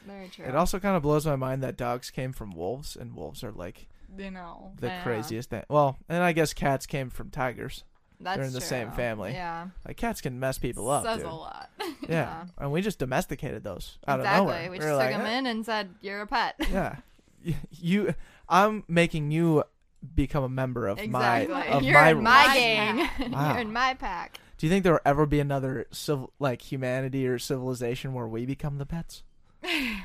Speaker 2: very true.
Speaker 1: it also kind of blows my mind that dogs came from wolves, and wolves are like
Speaker 6: you know.
Speaker 1: the
Speaker 2: Yeah.
Speaker 1: craziest thing. Well, and I guess cats came from tigers.
Speaker 2: that's
Speaker 1: they're in the
Speaker 2: true.
Speaker 1: same family.
Speaker 2: Yeah,
Speaker 1: Like cats can mess people up.
Speaker 6: says
Speaker 1: dude.
Speaker 6: a lot.
Speaker 1: Yeah.
Speaker 2: Yeah.
Speaker 1: and we just domesticated those out
Speaker 2: exactly.
Speaker 1: of nowhere.
Speaker 2: We
Speaker 1: We
Speaker 2: just
Speaker 1: were
Speaker 2: took
Speaker 1: like,
Speaker 2: him
Speaker 1: "Eh,
Speaker 2: in and said, "You're a pet."
Speaker 1: Yeah. Y- You I'm making you become a member of my
Speaker 2: exactly.
Speaker 1: of
Speaker 2: You're
Speaker 1: my,
Speaker 2: in my
Speaker 1: rules.
Speaker 2: gang.
Speaker 1: Wow.
Speaker 2: You're in my pack.
Speaker 1: Do you think there will ever be another civil like humanity or civilization where we become the pets?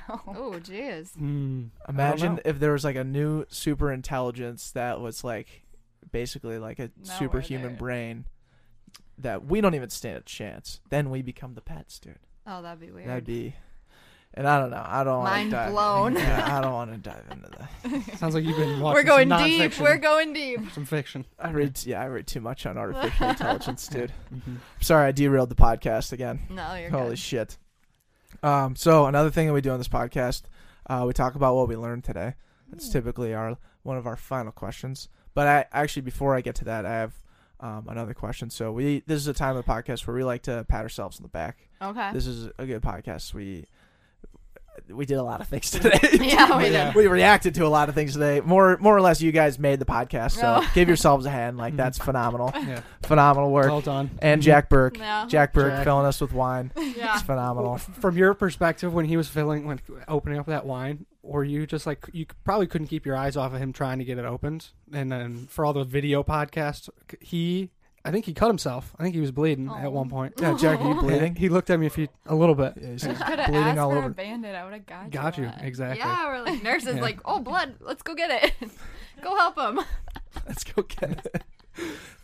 Speaker 2: Oh, jeez.
Speaker 4: Mm.
Speaker 1: Imagine
Speaker 4: know.
Speaker 1: if there was like a new super intelligence that was like basically like a
Speaker 6: Now we're
Speaker 1: superhuman
Speaker 6: there.
Speaker 1: brain that we don't even stand a chance. Then we become the pets, dude.
Speaker 2: Oh, that'd be weird.
Speaker 1: That'd be and I don't know. I don't want to
Speaker 2: Mind
Speaker 1: dive.
Speaker 2: blown.
Speaker 1: Yeah, I don't want to dive into that.
Speaker 4: Sounds like you've been watching.
Speaker 2: We're going
Speaker 4: some
Speaker 2: deep.
Speaker 4: nonfiction,
Speaker 2: We're going deep.
Speaker 4: some fiction.
Speaker 1: I read, yeah, I read too much on artificial intelligence, dude.
Speaker 4: Mhm.
Speaker 1: Sorry, I derailed the podcast again.
Speaker 2: No, you're
Speaker 1: Holy
Speaker 2: good.
Speaker 1: shit. Um, so another thing that we do on this podcast, uh, we talk about what we learned today. That's
Speaker 2: Hmm.
Speaker 1: typically our one of our final questions. But I actually, before I get to that, I have um, another question. So we this is a time of the podcast where we like to pat ourselves on the back.
Speaker 2: okay.
Speaker 1: This is a good podcast. We we did a lot of things today.
Speaker 2: Yeah, we
Speaker 4: Yeah.
Speaker 2: did.
Speaker 1: we reacted to a lot of things today. More more or less, you guys made the podcast, so
Speaker 2: Oh.
Speaker 1: give yourselves a hand. Like that's phenomenal,
Speaker 4: Yeah.
Speaker 1: phenomenal work.
Speaker 4: Well done.
Speaker 1: And Jack Burke,
Speaker 2: Yeah.
Speaker 6: Oh,
Speaker 1: Jack Burke
Speaker 4: Jack.
Speaker 1: filling us with wine.
Speaker 2: Yeah.
Speaker 1: It's phenomenal.
Speaker 4: From your perspective, when he was filling, when opening up that wine, or you just like you c- probably couldn't keep your eyes off of him trying to get it opened. And then for all the video podcasts, c- he, I think he cut himself. I think he was bleeding at
Speaker 6: Oh.
Speaker 4: one point.
Speaker 1: Yeah, Jack, are you bleeding?
Speaker 4: He looked at me a few a little bit.
Speaker 1: Yeah, he's
Speaker 6: You
Speaker 1: just
Speaker 6: could have
Speaker 1: bleeding
Speaker 6: asked
Speaker 1: all
Speaker 6: for
Speaker 1: over.
Speaker 6: a bandit. I would have got you.
Speaker 4: Got you
Speaker 6: one.
Speaker 4: exactly.
Speaker 2: Yeah, we're like nurses,
Speaker 4: Yeah.
Speaker 2: like, oh, blood, let's go get it. go help him.
Speaker 1: Let's go get it.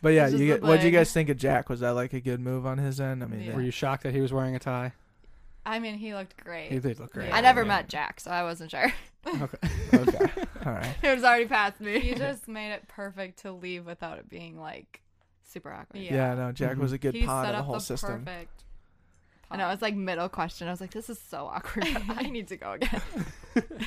Speaker 1: But yeah,
Speaker 6: It's just
Speaker 1: you
Speaker 6: the
Speaker 1: get, what do you
Speaker 6: bling.
Speaker 1: guys think of Jack? Was that like a good move on his end? I mean,
Speaker 6: Yeah.
Speaker 4: Were you shocked that he was wearing a tie?
Speaker 6: I mean, he looked great.
Speaker 4: He did look great.
Speaker 6: Yeah.
Speaker 2: I never
Speaker 4: Yeah.
Speaker 2: met Jack, so I wasn't sure.
Speaker 1: okay, all right.
Speaker 2: it was already past
Speaker 6: he
Speaker 2: me.
Speaker 6: just made it perfect to leave without it being like
Speaker 2: Super awkward.
Speaker 6: yeah.
Speaker 1: Yeah, no, Jack
Speaker 4: Mhm.
Speaker 1: was a good
Speaker 6: he
Speaker 1: pawn
Speaker 6: set
Speaker 1: of
Speaker 6: up
Speaker 1: the whole system.
Speaker 6: perfect.
Speaker 2: I know, it's like middle question. I was like, this is so awkward. I need to go again.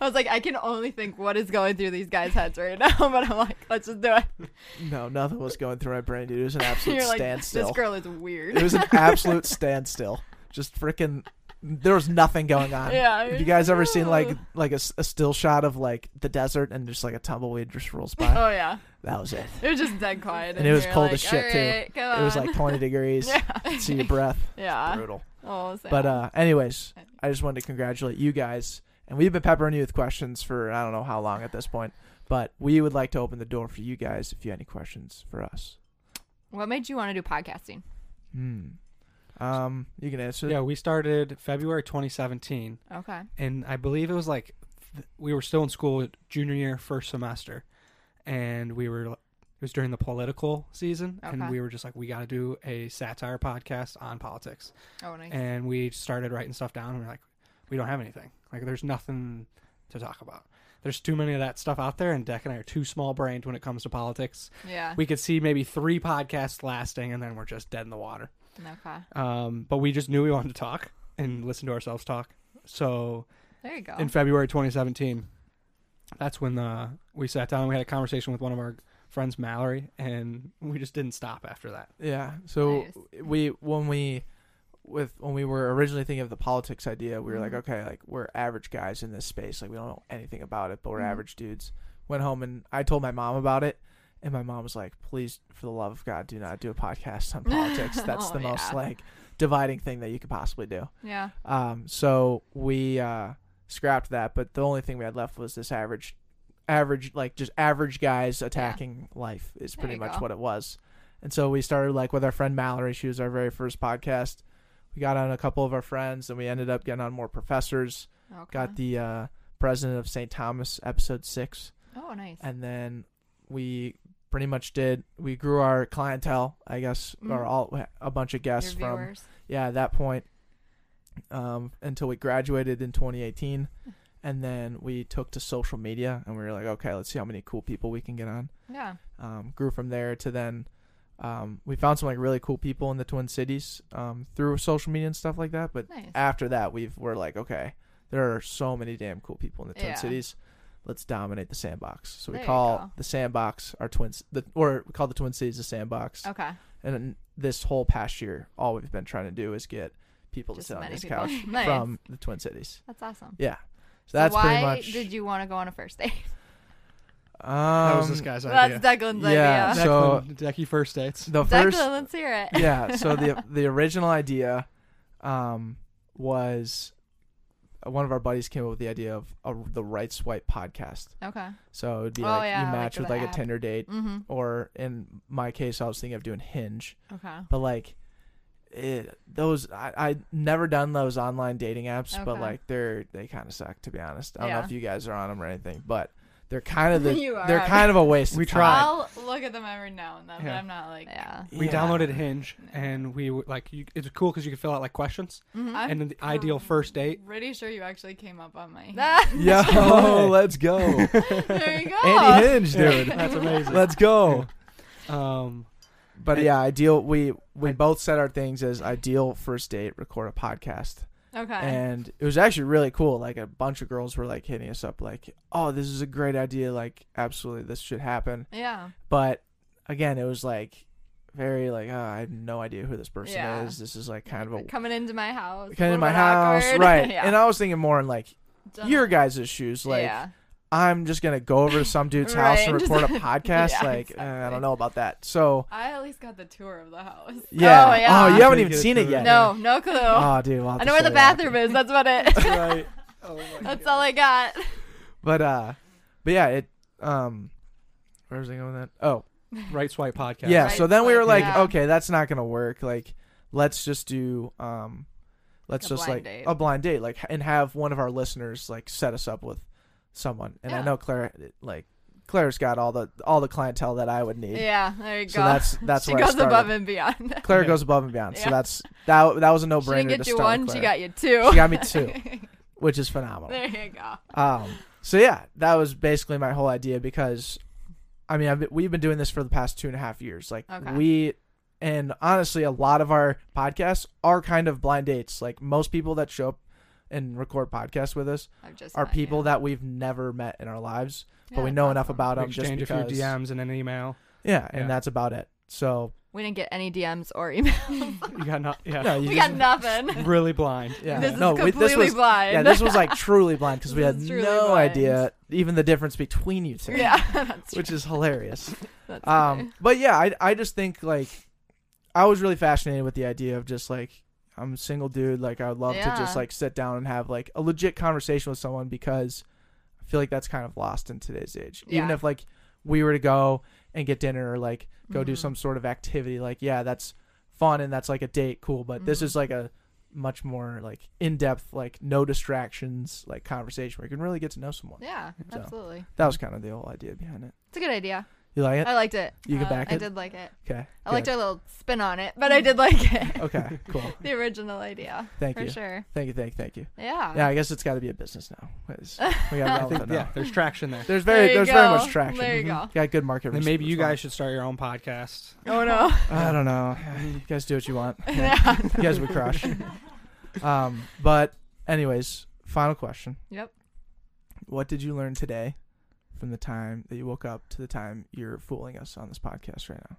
Speaker 2: I was like, I can only think what is going through these guys' heads right now, but I'm like, let's just do it.
Speaker 1: No, nothing was going through my brain, dude. It was an absolute
Speaker 2: You're like,
Speaker 1: standstill.
Speaker 2: this girl is weird.
Speaker 1: It was an absolute standstill. Just freaking, there was nothing going on.
Speaker 2: Yeah,
Speaker 1: Have
Speaker 2: it
Speaker 1: you guys
Speaker 2: was-
Speaker 1: ever seen like like a, s- a still shot of like the desert and just like a tumbleweed just rolls by?
Speaker 2: oh yeah,
Speaker 1: that was it.
Speaker 2: it was just dead quiet,
Speaker 1: And it was
Speaker 2: you're
Speaker 1: cold
Speaker 2: like,
Speaker 1: as shit, too.
Speaker 2: "Alright, come
Speaker 6: Oh.
Speaker 1: It was
Speaker 2: on."
Speaker 1: like 20 degrees.
Speaker 2: yeah,
Speaker 1: See your breath.
Speaker 2: yeah.
Speaker 1: Brutal.
Speaker 2: Oh, sad.
Speaker 1: But uh, anyways, I just wanted to congratulate you guys, and we've been peppering you with questions for I don't know how long at this point. But we would like to open the door for you guys if you had any questions for us.
Speaker 2: what made you want to do podcasting?
Speaker 1: Hmm. Um, you can answer.
Speaker 4: Yeah, we started February 2017,
Speaker 2: Okay,
Speaker 4: and I believe it was like th- we were still in school junior year first semester, and we were it was during the political season, and
Speaker 2: Okay.
Speaker 4: we were just like we got to do a satire podcast on politics,
Speaker 2: oh nice.
Speaker 4: and we started writing stuff down. And we are like, we don't have anything. Like, there's nothing to talk about. There's too many of that stuff out there, and Deck and I are too small brained when it comes to politics.
Speaker 2: yeah,
Speaker 4: We could see maybe three podcasts lasting, and then we're just dead in the water.
Speaker 2: okay.
Speaker 4: Um, but we just knew we wanted to talk and listen to ourselves talk. So
Speaker 2: There you go.
Speaker 4: in February 2017, that's when uh, we sat down. We had a conversation with one of our friends, Mallory, and we just didn't stop after that.
Speaker 1: Yeah. So
Speaker 2: Nice.
Speaker 1: we when we with when we were originally thinking of the politics idea, we were like,
Speaker 2: Mm-hmm.
Speaker 1: okay, like we're average guys in this space, like we don't know anything about it, but we're
Speaker 2: Mm-hmm.
Speaker 1: average dudes. Went home and I told my mom about it, and my mom was like, please, for the love of God, do not do a podcast on politics. That's
Speaker 2: Oh,
Speaker 1: the most
Speaker 2: yeah.
Speaker 1: like dividing thing that you could possibly do.
Speaker 2: yeah,
Speaker 1: Um, so we uh, scrapped that, but the only thing we had left was this average, average like just average guys attacking life is
Speaker 2: There
Speaker 1: pretty
Speaker 2: you
Speaker 1: much
Speaker 2: go.
Speaker 1: what it was. And so we started like with our friend Mallory. She was our very first podcast. We got on a couple of our friends, and we ended up getting on more professors.
Speaker 2: okay.
Speaker 1: Got the uh, president of St. Thomas, episode six
Speaker 2: oh nice.
Speaker 1: and then we pretty much did we grew our clientele i guess or
Speaker 2: Mhm.
Speaker 1: all a bunch of guests
Speaker 2: Your
Speaker 1: from
Speaker 2: viewers.
Speaker 1: yeah at that point um, until we graduated in 2018 and then we took to social media and we were like okay let's see how many cool people we can get on
Speaker 2: Yeah.
Speaker 1: um, grew from there to then um, we found some like really cool people in the twin cities um, through social media and stuff like that but
Speaker 2: Nice.
Speaker 1: after that we've we're like okay there are so many damn cool people in the twin
Speaker 2: Yeah.
Speaker 1: cities let's dominate the sandbox so we
Speaker 2: There you
Speaker 1: call
Speaker 2: go.
Speaker 1: the sandbox our twins the or we call the twin cities the sandbox
Speaker 2: Okay.
Speaker 1: and then this whole past year all we've been trying to do is get people
Speaker 2: Just
Speaker 1: to sit on
Speaker 2: many
Speaker 1: this
Speaker 2: people.
Speaker 1: couch
Speaker 2: Nice.
Speaker 1: from the twin cities
Speaker 2: That's awesome.
Speaker 1: yeah so that's
Speaker 2: so why
Speaker 1: pretty much
Speaker 2: did you want to go on a first date?
Speaker 1: um,
Speaker 4: that was this guy's idea.
Speaker 2: That's Declan's
Speaker 1: yeah,
Speaker 2: idea.
Speaker 1: Declan- so-
Speaker 4: Decky first dates.
Speaker 1: the
Speaker 2: Declan,
Speaker 1: first
Speaker 2: let's hear it.
Speaker 1: yeah so the the original idea um was uh, one of our buddies came up with the idea of a, the right swipe podcast
Speaker 2: Okay.
Speaker 1: So it'd be
Speaker 2: Oh,
Speaker 1: like
Speaker 2: yeah,
Speaker 1: you
Speaker 2: like
Speaker 1: match
Speaker 2: the
Speaker 1: with like
Speaker 2: app.
Speaker 1: a Tinder date,
Speaker 2: Mm-hmm.
Speaker 1: or in my case, I was thinking of doing Hinge.
Speaker 2: Okay.
Speaker 1: But like, it, those I I never done those online dating apps, but
Speaker 2: Okay.
Speaker 1: like they're they kind of suck to be honest. I don't know
Speaker 2: Yeah.
Speaker 1: if you guys are on them or anything, but they're kind of the
Speaker 2: You are
Speaker 1: they're
Speaker 2: on
Speaker 1: kind of a waste.
Speaker 4: We
Speaker 1: of
Speaker 4: tried.
Speaker 1: time.
Speaker 6: I'll look at them every now and then, but
Speaker 4: Yeah.
Speaker 6: I'm not like.
Speaker 2: Yeah.
Speaker 4: We
Speaker 1: Yeah.
Speaker 4: downloaded Hinge, and we would, like you, it's cool because you could fill out like questions,
Speaker 6: I'm
Speaker 4: and then the
Speaker 1: Oh.
Speaker 4: ideal first date.
Speaker 6: pretty sure you actually came up on my.
Speaker 1: Yo, let's go, Andy
Speaker 2: there you go.
Speaker 1: Hinge, dude.
Speaker 4: That's amazing.
Speaker 1: Let's go.
Speaker 4: Um,
Speaker 1: But
Speaker 4: And-
Speaker 1: yeah, ideal. We we both set our things as ideal first date. Record a podcast.
Speaker 2: Okay.
Speaker 1: and it was actually really cool. Like a bunch of girls were like hitting us up, like, "Oh, this is a great idea! Like, absolutely, this should happen."
Speaker 2: yeah.
Speaker 1: But again, it was like very like, oh, I have no idea who this person
Speaker 2: Yeah.
Speaker 1: is. This is like kind of a
Speaker 2: coming into my house.
Speaker 1: kind
Speaker 2: a
Speaker 1: of Oh. my
Speaker 2: little
Speaker 1: house,
Speaker 2: bit awkward.
Speaker 1: right?
Speaker 2: yeah.
Speaker 1: And uh, I was thinking more in like
Speaker 2: Don't-
Speaker 1: your guys' shoes, like.
Speaker 2: yeah.
Speaker 1: I'm just gonna go over to some dude's house and
Speaker 2: Right, just-
Speaker 1: record a podcast.
Speaker 2: Yeah,
Speaker 1: like eh, I
Speaker 2: exactly.
Speaker 1: don't know about that. So
Speaker 6: I at least got the tour of the house.
Speaker 1: yeah.
Speaker 2: Oh, yeah.
Speaker 1: you haven't
Speaker 4: Didn't
Speaker 1: even
Speaker 4: get a
Speaker 1: seen it
Speaker 4: tour.
Speaker 1: yet.
Speaker 2: No, no clue.
Speaker 1: Oh, dude. we'll have
Speaker 2: I
Speaker 1: to
Speaker 2: know
Speaker 1: set
Speaker 2: where the
Speaker 1: it up.
Speaker 2: bathroom is. That's about it.
Speaker 4: right. Oh my
Speaker 2: That's all I got.
Speaker 1: But uh, but yeah, it um, where was I going with that? Oh
Speaker 4: Right swipe podcast.
Speaker 1: yeah.
Speaker 2: Right
Speaker 1: so then we
Speaker 2: swipe,
Speaker 1: were like,
Speaker 2: yeah.
Speaker 1: okay, that's not gonna work. Like, let's just do um, let's
Speaker 2: A
Speaker 1: just
Speaker 2: blind
Speaker 1: like
Speaker 2: date.
Speaker 1: a blind date, like, and have one of our listeners like set us up with someone. And I
Speaker 2: Yeah.
Speaker 1: know Claire, like, Claire's got all the all the clientele that I would need.
Speaker 2: Yeah, there you go.
Speaker 1: So that's that's
Speaker 2: she
Speaker 1: where I
Speaker 2: goes
Speaker 1: started.
Speaker 2: above and beyond.
Speaker 1: Claire
Speaker 4: Yeah.
Speaker 1: goes above and beyond. So
Speaker 2: Yeah.
Speaker 1: that's that. That was a
Speaker 2: she didn't
Speaker 1: no-brainer to
Speaker 2: get you
Speaker 1: start.
Speaker 2: one.
Speaker 1: with
Speaker 2: She
Speaker 1: Claire.
Speaker 2: got you two.
Speaker 1: She got me two, which is phenomenal.
Speaker 2: there you go.
Speaker 1: Um, so yeah, that was basically my whole idea because, I mean, I've been, we've been doing this for the past two and a half years. Like
Speaker 2: Okay.
Speaker 1: we, and honestly, a lot of our podcasts are kind of blind dates. Like most people that show up and record podcasts with us
Speaker 2: I've just
Speaker 1: are
Speaker 2: met you.
Speaker 1: people that we've never met in our lives, but
Speaker 2: Yeah,
Speaker 1: we
Speaker 2: that's
Speaker 1: know enough
Speaker 2: awesome.
Speaker 1: about
Speaker 4: We
Speaker 1: them just
Speaker 4: um, exchange a few
Speaker 1: because.
Speaker 4: DMs and an email.
Speaker 1: Yeah, and
Speaker 4: Yeah.
Speaker 1: that's about it. So
Speaker 2: We didn't get any DMs or emails.
Speaker 4: You got not. Yeah.
Speaker 1: no, you
Speaker 2: we
Speaker 1: just-
Speaker 2: got nothing.
Speaker 4: Really blind.
Speaker 1: yeah,
Speaker 2: This is
Speaker 1: no, we-
Speaker 2: completely
Speaker 1: this was
Speaker 2: blind.
Speaker 1: yeah, this was like truly blind because we
Speaker 2: This
Speaker 1: had
Speaker 2: is truly
Speaker 1: no
Speaker 2: blind.
Speaker 1: idea even the difference between you two,
Speaker 2: yeah, that's
Speaker 1: which is hilarious.
Speaker 2: That's funny.
Speaker 1: Um, but yeah, I I just think like I was really fascinated with the idea of just like I'm a single dude, like I would love to just
Speaker 2: Yeah.
Speaker 1: like sit down and have like a legit conversation with someone because I feel like that's kind of lost in today's age. Even
Speaker 2: Yeah.
Speaker 1: if like we were to go and get dinner or like go do
Speaker 2: Mhm.
Speaker 1: some sort of activity, like yeah, that's fun and that's like a date, cool. But this
Speaker 2: Mhm.
Speaker 1: is like a much more like in depth, like no distractions, like conversation where you can really get to know someone.
Speaker 2: yeah,
Speaker 1: So.
Speaker 2: absolutely.
Speaker 1: That was kind of the whole idea behind it.
Speaker 2: It's a good idea.
Speaker 1: You like it?
Speaker 2: I liked it.
Speaker 1: you can
Speaker 6: uh,
Speaker 1: back
Speaker 2: I
Speaker 1: it.
Speaker 2: did like it.
Speaker 1: Okay.
Speaker 2: I liked
Speaker 1: good.
Speaker 2: our little spin on it, but I
Speaker 1: Mm-hmm.
Speaker 2: did like it.
Speaker 1: Okay. Cool.
Speaker 2: the original idea,
Speaker 1: Thank
Speaker 2: for
Speaker 1: you.
Speaker 2: sure.
Speaker 1: Thank you, thank you, thank you.
Speaker 2: Yeah.
Speaker 1: Yeah, I guess it's got to be a business now. 'cause We got
Speaker 4: I
Speaker 1: relevant
Speaker 4: think
Speaker 1: now.
Speaker 4: yeah. There's traction there.
Speaker 1: There's very
Speaker 2: There you
Speaker 1: there's very
Speaker 2: go.
Speaker 1: much traction.
Speaker 2: There you
Speaker 1: Mhm.
Speaker 2: go.
Speaker 1: Got good market.
Speaker 4: Then
Speaker 1: res-
Speaker 4: maybe you guys
Speaker 1: response.
Speaker 4: should start your own podcast.
Speaker 2: Oh no.
Speaker 1: I don't know. You guys do what you want. Yeah.
Speaker 2: yeah.
Speaker 1: you guys would crush. Um, but anyways, final question.
Speaker 2: Yep.
Speaker 1: What did you learn today, from the time that you woke up to the time you're fooling us on this podcast right now?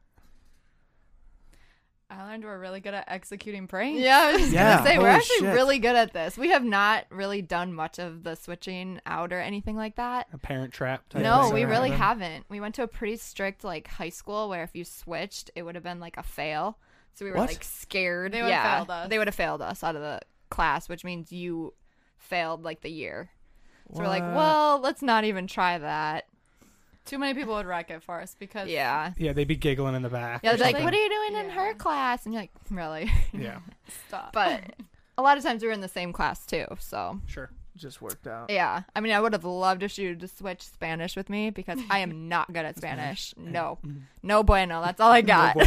Speaker 6: I learned we're really good at executing pranks.
Speaker 2: Yeah, I was just
Speaker 1: Yeah,
Speaker 2: gonna say we're
Speaker 1: holy
Speaker 2: actually
Speaker 1: shit.
Speaker 2: really good at this. We have not really done much of the switching out or anything like that.
Speaker 4: A parent trap. Type
Speaker 2: No,
Speaker 1: think
Speaker 4: thing.
Speaker 2: we
Speaker 1: so.
Speaker 2: really
Speaker 1: Yeah.
Speaker 2: haven't. We went to a pretty strict like high school where if you switched, it would have been like a fail. So we were
Speaker 1: What?
Speaker 2: like scared.
Speaker 6: They would've
Speaker 2: yeah,
Speaker 6: failed us.
Speaker 2: they would have failed us out of the class, which means you failed like the year. So we're like,
Speaker 1: What?
Speaker 2: well, let's not even try that.
Speaker 6: Too many people would wreck it for us because
Speaker 2: Yeah.
Speaker 4: Yeah, they'd be giggling in the back.
Speaker 2: Yeah,
Speaker 4: or
Speaker 2: they're like,
Speaker 4: something.
Speaker 2: what are you doing in
Speaker 6: Yeah.
Speaker 2: her class? And you're like, really?
Speaker 4: Yeah,
Speaker 6: stop.
Speaker 2: But a lot of times we were in the same class too. So
Speaker 4: sure.
Speaker 1: Just worked out.
Speaker 2: Yeah. I mean, I would have loved if she would just switch Spanish with me because I am not good at Spanish. No. No bueno. That's all I got.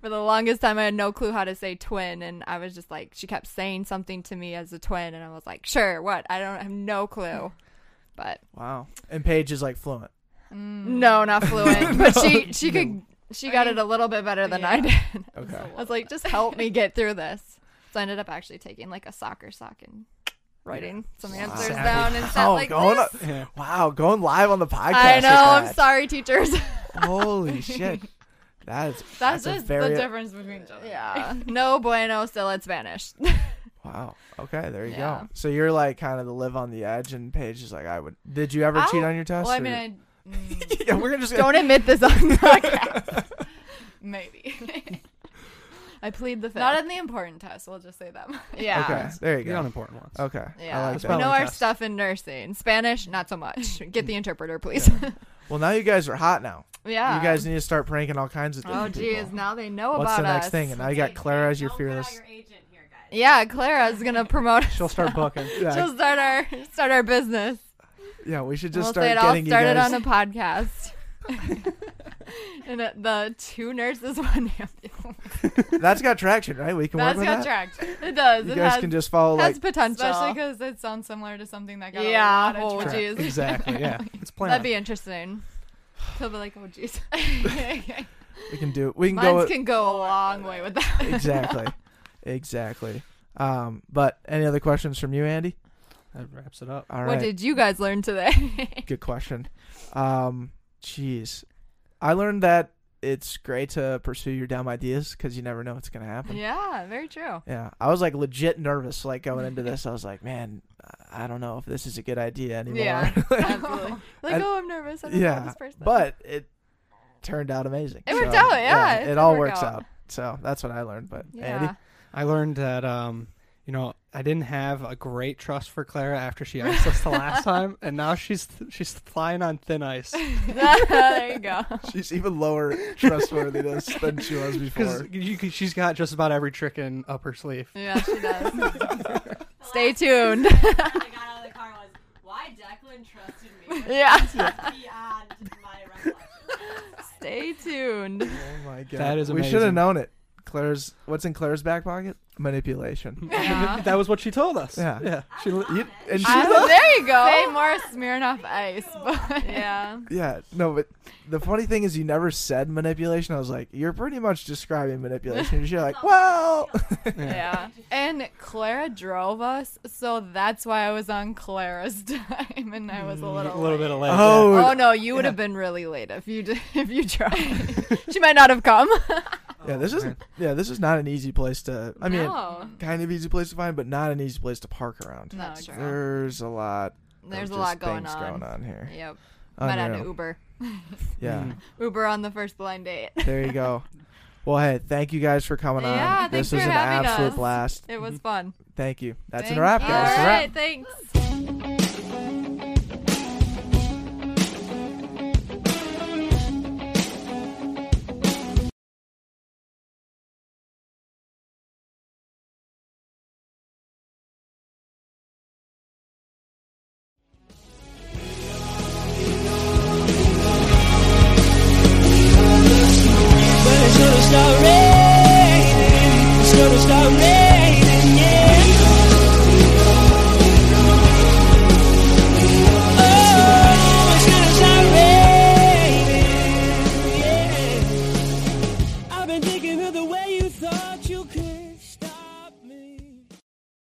Speaker 2: For the longest time, I had no clue how to say twin. And I was just like, she kept saying something to me as a twin. And I was like, sure, what? I don't I have no clue. But
Speaker 1: Wow. And Paige is like fluent.
Speaker 2: no, not fluent. But she, she could, she
Speaker 6: I
Speaker 2: got
Speaker 6: mean,
Speaker 2: it a little bit better than I
Speaker 6: yeah.
Speaker 2: did.
Speaker 1: Okay.
Speaker 2: I was like, just help me get through this. So I ended up actually taking like a soccer sock and writing some answers
Speaker 4: Savage.
Speaker 2: down and stuff
Speaker 1: Wow,
Speaker 2: like
Speaker 1: Oh, going
Speaker 2: this.
Speaker 1: up,
Speaker 4: Yeah.
Speaker 1: wow, going live on the podcast.
Speaker 2: I
Speaker 1: with
Speaker 2: know. I'm
Speaker 1: that.
Speaker 2: sorry, teachers.
Speaker 1: Holy shit. That's
Speaker 6: that's,
Speaker 1: a
Speaker 6: just
Speaker 1: very
Speaker 6: the difference between each other.
Speaker 2: yeah. No bueno. Still in Spanish.
Speaker 1: Wow. Okay, there you
Speaker 2: Yeah.
Speaker 1: go. So you're like kind of the live on the edge, and Paige is like, I would. Did you ever cheat
Speaker 6: I'll-
Speaker 1: on your test?
Speaker 6: Well, I
Speaker 1: or-
Speaker 6: mean, I, mm,
Speaker 1: yeah, we're gonna just
Speaker 2: Don't admit this on podcast.
Speaker 6: maybe
Speaker 2: I plead the fifth.
Speaker 6: not on the important test. We'll just say that. much.
Speaker 2: yeah.
Speaker 1: Okay, there you
Speaker 4: The
Speaker 1: go.
Speaker 4: unimportant ones.
Speaker 1: Okay,
Speaker 2: Yeah.
Speaker 1: I like
Speaker 4: That's
Speaker 1: that.
Speaker 2: we
Speaker 4: probably
Speaker 2: know our
Speaker 4: test.
Speaker 2: stuff in nursing. Spanish, not so much. Get the interpreter, please. Yeah.
Speaker 1: Well, now you guys are hot now. You guys need to start pranking all kinds of
Speaker 2: Oh
Speaker 1: different
Speaker 2: geez,
Speaker 1: people.
Speaker 2: now they know
Speaker 1: What's
Speaker 2: about
Speaker 1: the next
Speaker 2: us.
Speaker 1: thing? And now you got Clara as your fearless.
Speaker 7: Your agent here, guys.
Speaker 2: yeah, Clara's gonna promote. us.
Speaker 4: She'll start booking.
Speaker 1: Yeah,
Speaker 2: She'll start our start our business.
Speaker 1: yeah, we should
Speaker 2: And
Speaker 1: just
Speaker 2: we'll
Speaker 1: start
Speaker 2: say it all
Speaker 1: getting you
Speaker 2: started
Speaker 1: guys.
Speaker 2: on a podcast. and uh, the two nurses, one ambulance.
Speaker 1: That's got traction, right? We can
Speaker 6: That's
Speaker 1: work
Speaker 6: got
Speaker 1: with that.
Speaker 6: traction,
Speaker 2: It does.
Speaker 1: You
Speaker 2: it
Speaker 1: guys
Speaker 2: has,
Speaker 1: can just follow
Speaker 2: has
Speaker 1: like
Speaker 2: potential.
Speaker 6: especially because it sounds similar to something that got
Speaker 2: Yeah,
Speaker 6: a lot
Speaker 2: oh, geez.
Speaker 6: of traction.
Speaker 2: Jeez.
Speaker 4: Exactly. Yeah. It's planned.
Speaker 2: That'd be interesting. He'll be like, oh, jeez.
Speaker 1: we can do. We can go.
Speaker 2: Mines can go a long way with that.
Speaker 1: exactly, exactly. Um, but any other questions from you, Andy?
Speaker 4: That wraps it up.
Speaker 1: All right.
Speaker 2: What did you guys learn today?
Speaker 1: Good question. Um, jeez, I learned that it's great to pursue your dumb ideas because you never know what's gonna happen.
Speaker 2: Yeah, very true.
Speaker 1: Yeah, I was like legit nervous, like going into this. I was like, man, I don't know if this is a good idea anymore.
Speaker 2: Yeah, absolutely.
Speaker 6: Like,
Speaker 1: I-
Speaker 6: oh, I'm nervous. I don't know
Speaker 1: yeah,
Speaker 6: this person.
Speaker 1: but it turned out amazing.
Speaker 2: It worked out, yeah, it
Speaker 1: it,
Speaker 2: did
Speaker 1: all
Speaker 2: work
Speaker 1: works
Speaker 2: out.
Speaker 1: out. So that's what I learned. But Andy,
Speaker 2: Yeah.
Speaker 4: I learned that um, you know, I didn't have a great trust for Clara after she iced us the last time, and now she's she's flying on thin ice
Speaker 2: there you go.
Speaker 1: she's even lower trustworthiness than she was
Speaker 4: because
Speaker 1: before.
Speaker 4: she's got just about every trick in up her sleeve.
Speaker 2: Yeah, she does.
Speaker 7: The
Speaker 2: Stay
Speaker 7: last
Speaker 2: tuned.
Speaker 7: question I got out of the car was why Declan trusted me was
Speaker 2: yeah.
Speaker 7: beyond my recollection.
Speaker 2: Stay tuned.
Speaker 1: Oh my god,
Speaker 4: That is
Speaker 1: we should have
Speaker 4: amazing.
Speaker 1: known it. Claire's what's in Claire's back pocket? Manipulation.
Speaker 2: Yeah.
Speaker 4: that was what she told us.
Speaker 1: Yeah.
Speaker 4: yeah. She li-
Speaker 1: You- and she,
Speaker 2: I- there you go.
Speaker 6: Say more Smirnoff Ice. But
Speaker 2: Yeah.
Speaker 1: yeah, no, but the funny thing is, you never said manipulation. I was like, you're pretty much describing manipulation. You're like, well,
Speaker 2: Yeah.
Speaker 6: And Clara drove us, so that's why I was on Clara's time, and I was a
Speaker 2: Mm,
Speaker 6: little.
Speaker 4: a little bit of late.
Speaker 1: oh,
Speaker 6: Oh no, you would have been really late if you did, if you tried. she might not have come.
Speaker 1: yeah, this isn't. Yeah, this is not an easy place to. I mean,
Speaker 2: Oh.
Speaker 1: kind of easy place to find, but not an easy place to park around.
Speaker 2: That's
Speaker 6: No,
Speaker 2: true.
Speaker 1: There's a lot. of
Speaker 2: There's a
Speaker 1: just
Speaker 2: lot going
Speaker 1: things
Speaker 2: on.
Speaker 1: going on here.
Speaker 2: Yep. Might have to
Speaker 1: Unreal.
Speaker 2: Uber.
Speaker 4: Mm.
Speaker 1: Yeah,
Speaker 2: Uber on the first blind date.
Speaker 1: there you go. Well, hey, thank you guys for coming on.
Speaker 2: Yeah, thanks
Speaker 1: this was
Speaker 2: for
Speaker 1: an
Speaker 2: having
Speaker 1: absolute
Speaker 2: us.
Speaker 1: blast.
Speaker 2: It was fun.
Speaker 1: Thank you. That's
Speaker 2: Thank
Speaker 1: a wrap,
Speaker 2: you.
Speaker 1: guys.
Speaker 2: All
Speaker 1: Wrap.
Speaker 2: right, thanks.
Speaker 8: Well, it's gonna start raining. It's gonna start raining, yeah. Oh, it's gonna start raining, yeah. I've been thinking of the way you thought you could.